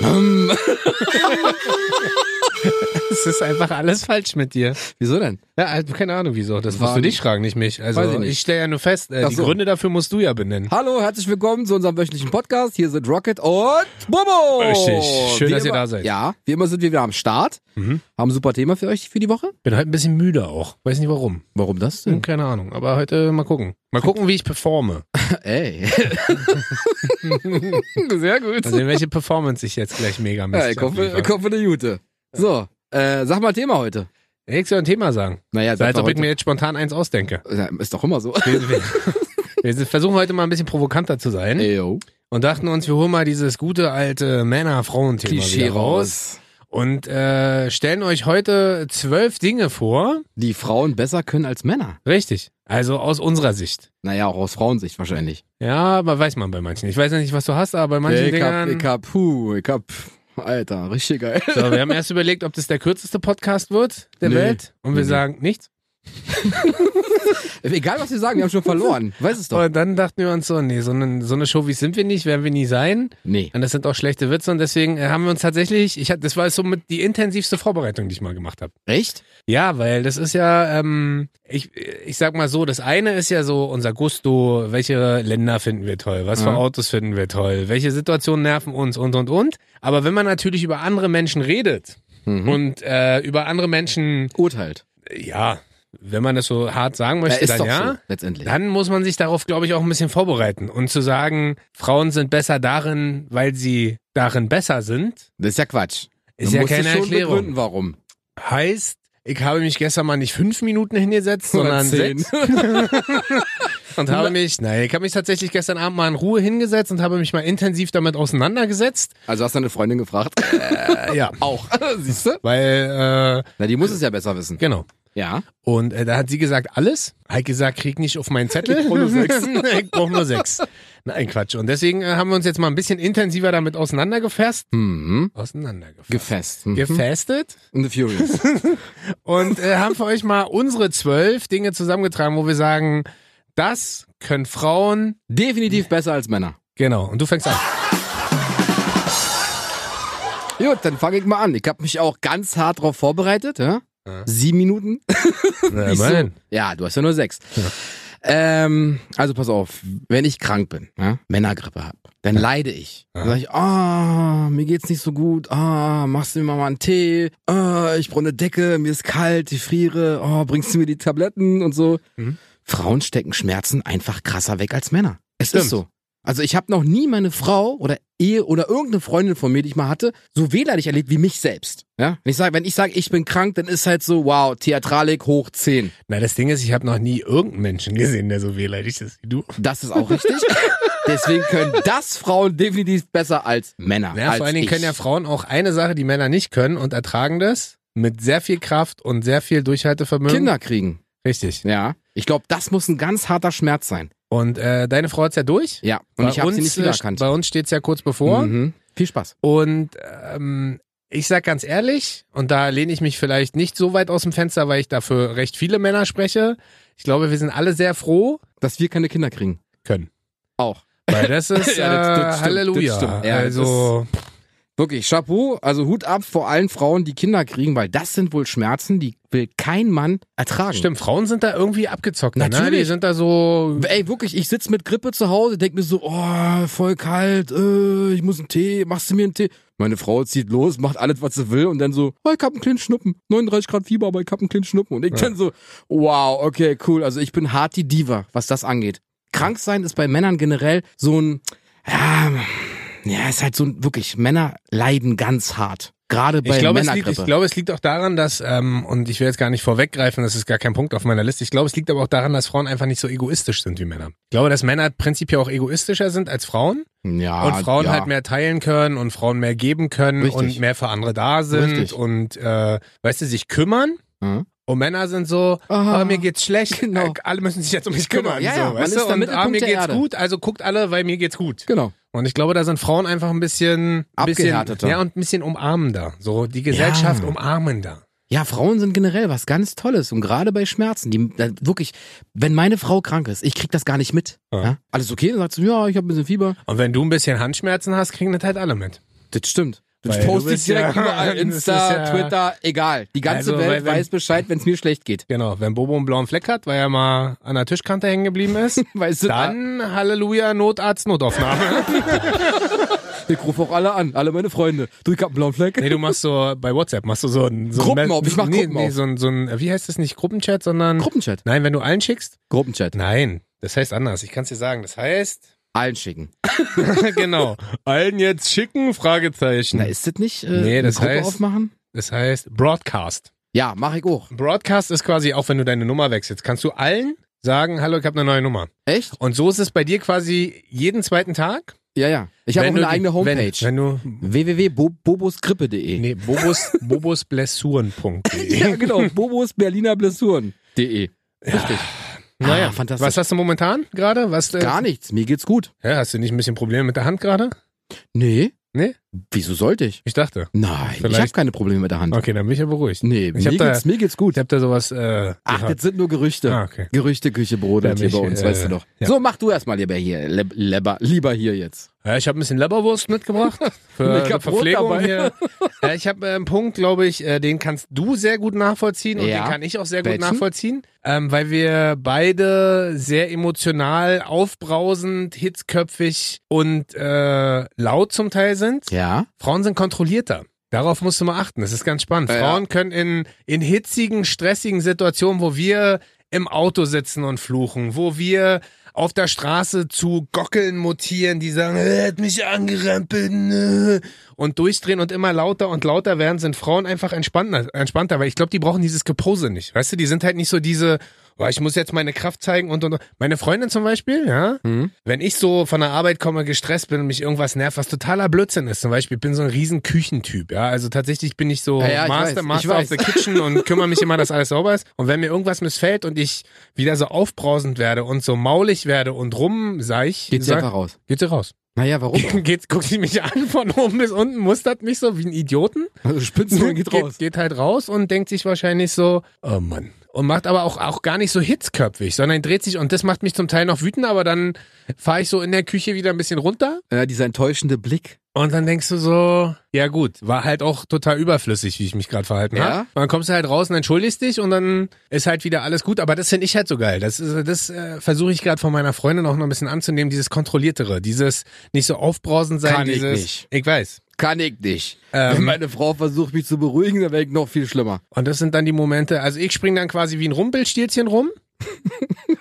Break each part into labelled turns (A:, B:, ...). A: Hm.
B: Es ist einfach alles falsch mit dir.
A: Wieso denn?
B: Ja, also, keine Ahnung wieso. Das musst
A: War-
B: du dich fragen, nicht mich. Also
A: Weiß ich
B: ich,
A: nicht.
B: stelle ja nur fest, äh,
A: Ach
B: die
A: so.
B: Gründe dafür musst du ja benennen.
A: Hallo, herzlich willkommen zu unserem wöchentlichen Podcast. Hier sind Rocket und Bobo.
B: Richtig. Schön, dass ihr
A: immer,
B: da seid. Mhm.
A: Ja, wie immer sind wir wieder am Start. Haben ein super Thema für euch für die Woche.
B: Bin halt ein bisschen müde auch. Weiß nicht warum.
A: Warum das
B: Hm, Keine Ahnung. Aber heute mal gucken. Mal gucken, wie ich performe.
A: Ey. Sehr gut.
B: Mal sehen, Also, welche Performance ich jetzt gleich mega
A: ja,
B: messe.
A: ich hoffe, ich hoffe eine Jute. So, äh, sag mal Thema heute.
B: Nächstes Jahr ein Thema sagen.
A: Naja,
B: So, als
A: sag
B: ob
A: mal
B: ich mir jetzt spontan eins ausdenke.
A: heute. Ja, ist doch immer so.
B: Wir, wir, wir versuchen heute mal ein bisschen provokanter zu sein.
A: Ey, yo.
B: und dachten uns, wir holen mal dieses gute alte Männer-Frauen-Thema
A: Klischee
B: wieder
A: raus.
B: und äh, stellen euch heute zwölf Dinge vor.
A: Die Frauen besser können als Männer.
B: Richtig, also aus unserer Sicht.
A: Naja, auch aus Frauensicht wahrscheinlich.
B: Ja, aber weiß man bei manchen. Ich weiß ja nicht, was du hast, aber bei manchen
A: ich hab,
B: Dingern...
A: ich hab, puh, ich hab, Alter, richtig geil.
B: So, wir haben erst überlegt, ob das der kürzeste Podcast wird der
A: Nee.
B: Welt und wir
A: Nee.
B: sagen nichts.
A: Egal, was wir sagen, wir haben schon verloren. Weiß es doch.
B: Und dann dachten wir uns so, nee, so eine, so eine Show wie sind wir nicht, werden wir nie sein.
A: Nee.
B: Und das sind auch schlechte Witze und deswegen äh, haben wir uns tatsächlich, ich hatte, das war so mit die intensivste Vorbereitung, die ich mal gemacht habe.
A: Echt?
B: Ja, weil das ist ja, ähm, ich, ich sag mal so, das eine ist ja so unser Gusto, welche Länder finden wir toll, was für
A: Ja.
B: Autos finden wir toll, welche Situationen nerven uns und und und. Aber wenn man natürlich über andere Menschen redet
A: Mhm.
B: und äh, über andere Menschen,
A: Urteilt.
B: äh, ja, wenn man das so hart sagen
A: Ja,
B: möchte,
A: ist
B: dann
A: doch
B: ja.
A: so, letztendlich.
B: Dann muss man sich darauf, glaube ich, auch ein bisschen vorbereiten und zu sagen, Frauen sind besser darin, weil sie darin besser sind,
A: Das ist ja Quatsch.
B: ist
A: du
B: ja
A: musst es
B: keine
A: schon
B: Erklärung.
A: begründen, warum.
B: Heißt, ich habe mich gestern mal nicht fünf Minuten hingesetzt, sondern
A: Sondern
B: sechs. Und habe mich, nein, ich habe mich tatsächlich gestern Abend mal in Ruhe hingesetzt und habe mich mal intensiv damit auseinandergesetzt.
A: Also hast du deine Freundin gefragt?
B: Äh, ja,
A: Auch. Siehst du?
B: weil, äh,
A: Na, die muss es ja besser wissen.
B: genau.
A: Ja.
B: Und äh, da hat sie gesagt, alles. Hat gesagt, krieg nicht auf meinen Zettel.
A: Ich brauch nur sechs.
B: ich brauch nur sechs. Nein, Quatsch. Und deswegen äh, haben wir uns jetzt mal ein bisschen intensiver damit auseinandergefasst.
A: Mhm.
B: Auseinandergefasst.
A: Gefest. Mhm.
B: Gefastet.
A: Und The Furious.
B: Und äh, haben für euch mal unsere zwölf Dinge zusammengetragen, wo wir sagen, das können Frauen.
A: Definitiv besser als Männer.
B: Genau. Und du fängst an.
A: Gut, dann fange ich mal an. Ich habe mich auch ganz hart drauf vorbereitet. Ja? Sieben Minuten.
B: Na,
A: Nicht so.
B: immerhin.
A: Ja, du hast ja nur sechs. Ähm, also pass auf, wenn ich krank bin, ja, Männergrippe hab, dann leide ich. Dann sag ich, ah, mir geht's nicht so gut, ah, machst du mir mal einen Tee, ah, ich brauche eine Decke, mir ist kalt, ich friere, oh, bringst du mir die Tabletten und so.
B: Mhm.
A: Frauen stecken Schmerzen einfach krasser weg als Männer. Es
B: Stimmt.
A: ist so. Also ich habe noch nie meine Frau oder Ehe oder irgendeine Freundin von mir, die ich mal hatte, so wehleidig erlebt wie mich selbst. Ja? Wenn ich sage, wenn ich sage, ich bin krank, dann ist halt so, wow, Theatralik hoch 10.
B: Na, das Ding ist, ich habe noch nie irgendeinen Menschen gesehen, der so wehleidig ist wie du.
A: Das ist auch richtig. Deswegen können das Frauen definitiv besser als Männer.
B: Ja,
A: als
B: vor allen Dingen
A: ich.
B: können ja Frauen auch eine Sache, die Männer nicht können und ertragen das mit sehr viel Kraft und sehr viel Durchhaltevermögen.
A: Kinder kriegen.
B: Richtig.
A: Ja. Ich glaube, das muss ein ganz harter Schmerz sein.
B: Und äh, deine Frau hat's ja durch.
A: Ja. Und ich habe sie nicht
B: äh,
A: wiedererkannt.
B: Bei uns steht's ja kurz bevor.
A: Mhm. Viel Spaß.
B: Und ähm, ich sag ganz ehrlich, und da lehne ich mich vielleicht nicht so weit aus dem Fenster, weil ich dafür recht viele Männer spreche. Ich glaube, wir sind alle sehr froh,
A: Dass wir keine Kinder kriegen.
B: können.
A: Auch.
B: Weil das ist
A: Ja, das- das
B: äh,
A: stimmt, das
B: Halleluja.
A: stimmt. Ja, das
B: also
A: Wirklich, Chapeau. Also Hut ab vor allen Frauen, die Kinder kriegen, weil das sind wohl Schmerzen, die will kein Mann ertragen.
B: stimmt, Frauen sind da irgendwie abgezockt. Ne?
A: Natürlich.
B: Die sind da so
A: Ey, wirklich, ich sitz mit Grippe zu Hause, denk mir so, oh, voll kalt, äh, ich muss einen Tee, machst du mir einen Tee? Meine Frau zieht los, macht alles, was sie will und dann so, oh, ich hab einen kleinen Schnuppen, 39 Grad Fieber, aber ich hab einen kleinen Schnuppen. Und ich dann so, wow, okay, cool, also ich bin hart die Diva, was das angeht. Krank sein ist bei Männern generell so ein, ja, ja, ist halt so ein, wirklich, Männer leiden ganz hart. Gerade bei
B: Ich glaube, es liegt,
A: Männergrippe.
B: ich glaube, es liegt auch daran, dass, ähm, und ich will jetzt gar nicht vorweggreifen, das ist gar kein Punkt auf meiner Liste. Ich glaube, es liegt aber auch daran, dass Frauen einfach nicht so egoistisch sind wie Männer. Ich glaube, dass Männer prinzipiell auch egoistischer sind als Frauen
A: ja,
B: und Frauen
A: Ah, ja.
B: halt mehr teilen können und Frauen mehr geben können
A: Richtig.
B: und mehr für andere da sind
A: Richtig.
B: und, äh, weißt du, sich kümmern.
A: Mhm.
B: Und Männer sind so,
A: Ah,
B: ah, mir geht's schlecht,
A: genau.
B: äh, alle müssen sich jetzt um mich
A: Genau,
B: kümmern.
A: ja,
B: so,
A: ja, man
B: weißt
A: ist
B: du?
A: der
B: Und ah,
A: Mittelpunkt
B: mir
A: der
B: geht's
A: Erde.
B: gut, also guckt alle, weil mir geht's gut.
A: Genau.
B: Und ich glaube, da sind Frauen einfach ein bisschen ein bisschen-
A: Abgehärteter.
B: Ja, und ein bisschen umarmender. So die Gesellschaft
A: Ja.
B: umarmender.
A: Ja, Frauen sind generell was ganz Tolles und gerade bei Schmerzen, die da, wirklich, wenn meine Frau krank ist, ich krieg das gar nicht mit.
B: Ja.
A: Ja. Alles okay? Dann sagt sie, ja, ich habe ein bisschen Fieber.
B: Und wenn du ein bisschen Handschmerzen hast, kriegen das halt alle mit.
A: Das stimmt. Das
B: Weil du
A: poste ich
B: bist
A: direkt
B: ja-
A: überall.
B: das
A: Insta,
B: ist ja-
A: Twitter, egal. Die ganze
B: Also,
A: Welt
B: weil wenn-
A: weiß Bescheid, wenn es mir schlecht geht.
B: Genau, wenn Bobo einen blauen Fleck hat, weil er mal an der Tischkante hängen geblieben ist,
A: Weißt du,
B: dann Halleluja, Notarzt, Notaufnahme.
A: ich rufe auch alle an, alle meine Freunde. Du, ich hab einen blauen Fleck.
B: nee, du machst so, bei WhatsApp machst du so ein... So ein-
A: Gruppen auf, ich mach
B: nee,
A: Gruppen
B: nee,
A: auf.
B: so ein, so ein, wie heißt das nicht, Gruppenchat, sondern...
A: Gruppenchat.
B: Nein, wenn du allen schickst?
A: Gruppenchat.
B: Nein, das heißt anders, ich kann es dir sagen, das heißt...
A: Allen schicken.
B: genau, allen jetzt schicken, Fragezeichen.
A: Na, ist das nicht? Äh,
B: Hm. Nee, das
A: eine Gruppe
B: heißt-
A: aufmachen?
B: Das heißt Broadcast.
A: Ja, mach ich auch.
B: Broadcast ist quasi, auch wenn du deine Nummer wechselst, kannst du allen sagen, hallo, ich habe eine neue Nummer.
A: Echt?
B: Und so ist es bei dir quasi jeden zweiten Tag.
A: Ja, ja. Ich habe auch
B: Wenn
A: eine
B: du die-
A: eigene Homepage.
B: Wenn, wenn du
A: www.boboskrippe.de
B: nee, bobus, bobusblessuren.de.
A: Ja, genau. Bobos Berliner Blessuren.de. Richtig.
B: Naja,
A: Ah, fantastisch.
B: was hast du momentan gerade? Was äh,
A: Gar nichts. Mir geht's gut.
B: Ja, hast du nicht ein bisschen Probleme mit der Hand gerade?
A: Nee.
B: Nee?
A: Wieso sollte ich?
B: Ich dachte.
A: Nein, ich
B: Vielleicht-
A: habe keine Probleme mit der Hand.
B: Okay, dann bin ich ja beruhigt.
A: Nee,
B: Ich
A: mir
B: hab da-
A: geht's, mir geht's
B: Ich
A: gut.
B: hab da sowas äh,
A: Ach,
B: gehört.
A: das sind nur Gerüchte.
B: ah, okay.
A: Gerüchte, Küche, Brodelt
B: Ja,
A: hier bei
B: mich,
A: uns,
B: äh,
A: weißt du doch.
B: ja.
A: So, mach du erstmal lieber hier, leb- leber, lieber hier jetzt.
B: Ja, ich habe ein bisschen Leberwurst mitgebracht für
A: Ich
B: die
A: hab Brot
B: Verpflegung
A: dabei.
B: hier. Ja, ich habe äh, einen Punkt, glaube ich, äh, den kannst du sehr gut nachvollziehen und
A: Ja.
B: den kann ich auch sehr
A: Welchen?
B: gut nachvollziehen, ähm, weil wir beide sehr emotional, aufbrausend, hitzköpfig und äh, laut zum Teil sind.
A: Ja?
B: Frauen sind kontrollierter. Darauf musst du mal achten. Das ist ganz spannend.
A: Ja.
B: Frauen können in, in hitzigen, stressigen Situationen, wo wir im Auto sitzen und fluchen, wo wir auf der Straße zu Gockeln mutieren, die sagen, "Äh, hat mich angerempelt nö", und durchdrehen und immer lauter und lauter werden, sind Frauen einfach entspannter, entspannter weil ich glaube, die brauchen dieses Gepose nicht. Weißt du, die sind halt nicht so diese, oh, ich muss jetzt meine Kraft zeigen und, und, und. Meine Freundin zum Beispiel, ja,
A: Hm?
B: wenn ich so von der Arbeit komme, gestresst bin und mich irgendwas nervt, was totaler Blödsinn ist, zum Beispiel, ich bin so ein riesen Küchentyp, ja, also tatsächlich bin ich so
A: Ja, ja, ich
B: Master,
A: weiß, ich
B: Master of
A: weiß.
B: the Kitchen und kümmere mich immer, dass alles sauber ist und wenn mir irgendwas missfällt und ich wieder so aufbrausend werde und so maulig werde und rumseich,
A: Geht's
B: sag-
A: einfach raus.
B: geht's dir raus.
A: Naja, warum? auch?
B: Geht's, guckt sie mich an von oben bis unten, mustert mich so wie ein Idioten,
A: Also Spitzen geht raus.
B: geht halt raus und denkt sich wahrscheinlich so, oh Mann. Und macht aber auch, auch gar nicht so hitzköpfig, sondern dreht sich und das macht mich zum Teil noch wütend, aber dann fahre ich so in der Küche wieder ein bisschen runter
A: Äh, dieser enttäuschende Blick.
B: und dann denkst du so, ja gut, war halt auch total überflüssig, wie ich mich gerade verhalten habe.
A: Ja.
B: Und dann kommst du halt raus und entschuldigst dich und dann ist halt wieder alles gut. Aber das finde ich halt so geil. Das, ist- das äh, versuche ich gerade von meiner Freundin auch noch ein bisschen anzunehmen, dieses Kontrolliertere, dieses nicht so aufbrausend sein.
A: Kann ich
B: dieses,
A: nicht.
B: Ich weiß.
A: Kann ich nicht.
B: Ähm.
A: Wenn meine Frau versucht, mich zu beruhigen, dann wäre ich noch viel schlimmer.
B: Und das sind dann die Momente, also ich spring dann quasi wie ein Rumpelstilzchen rum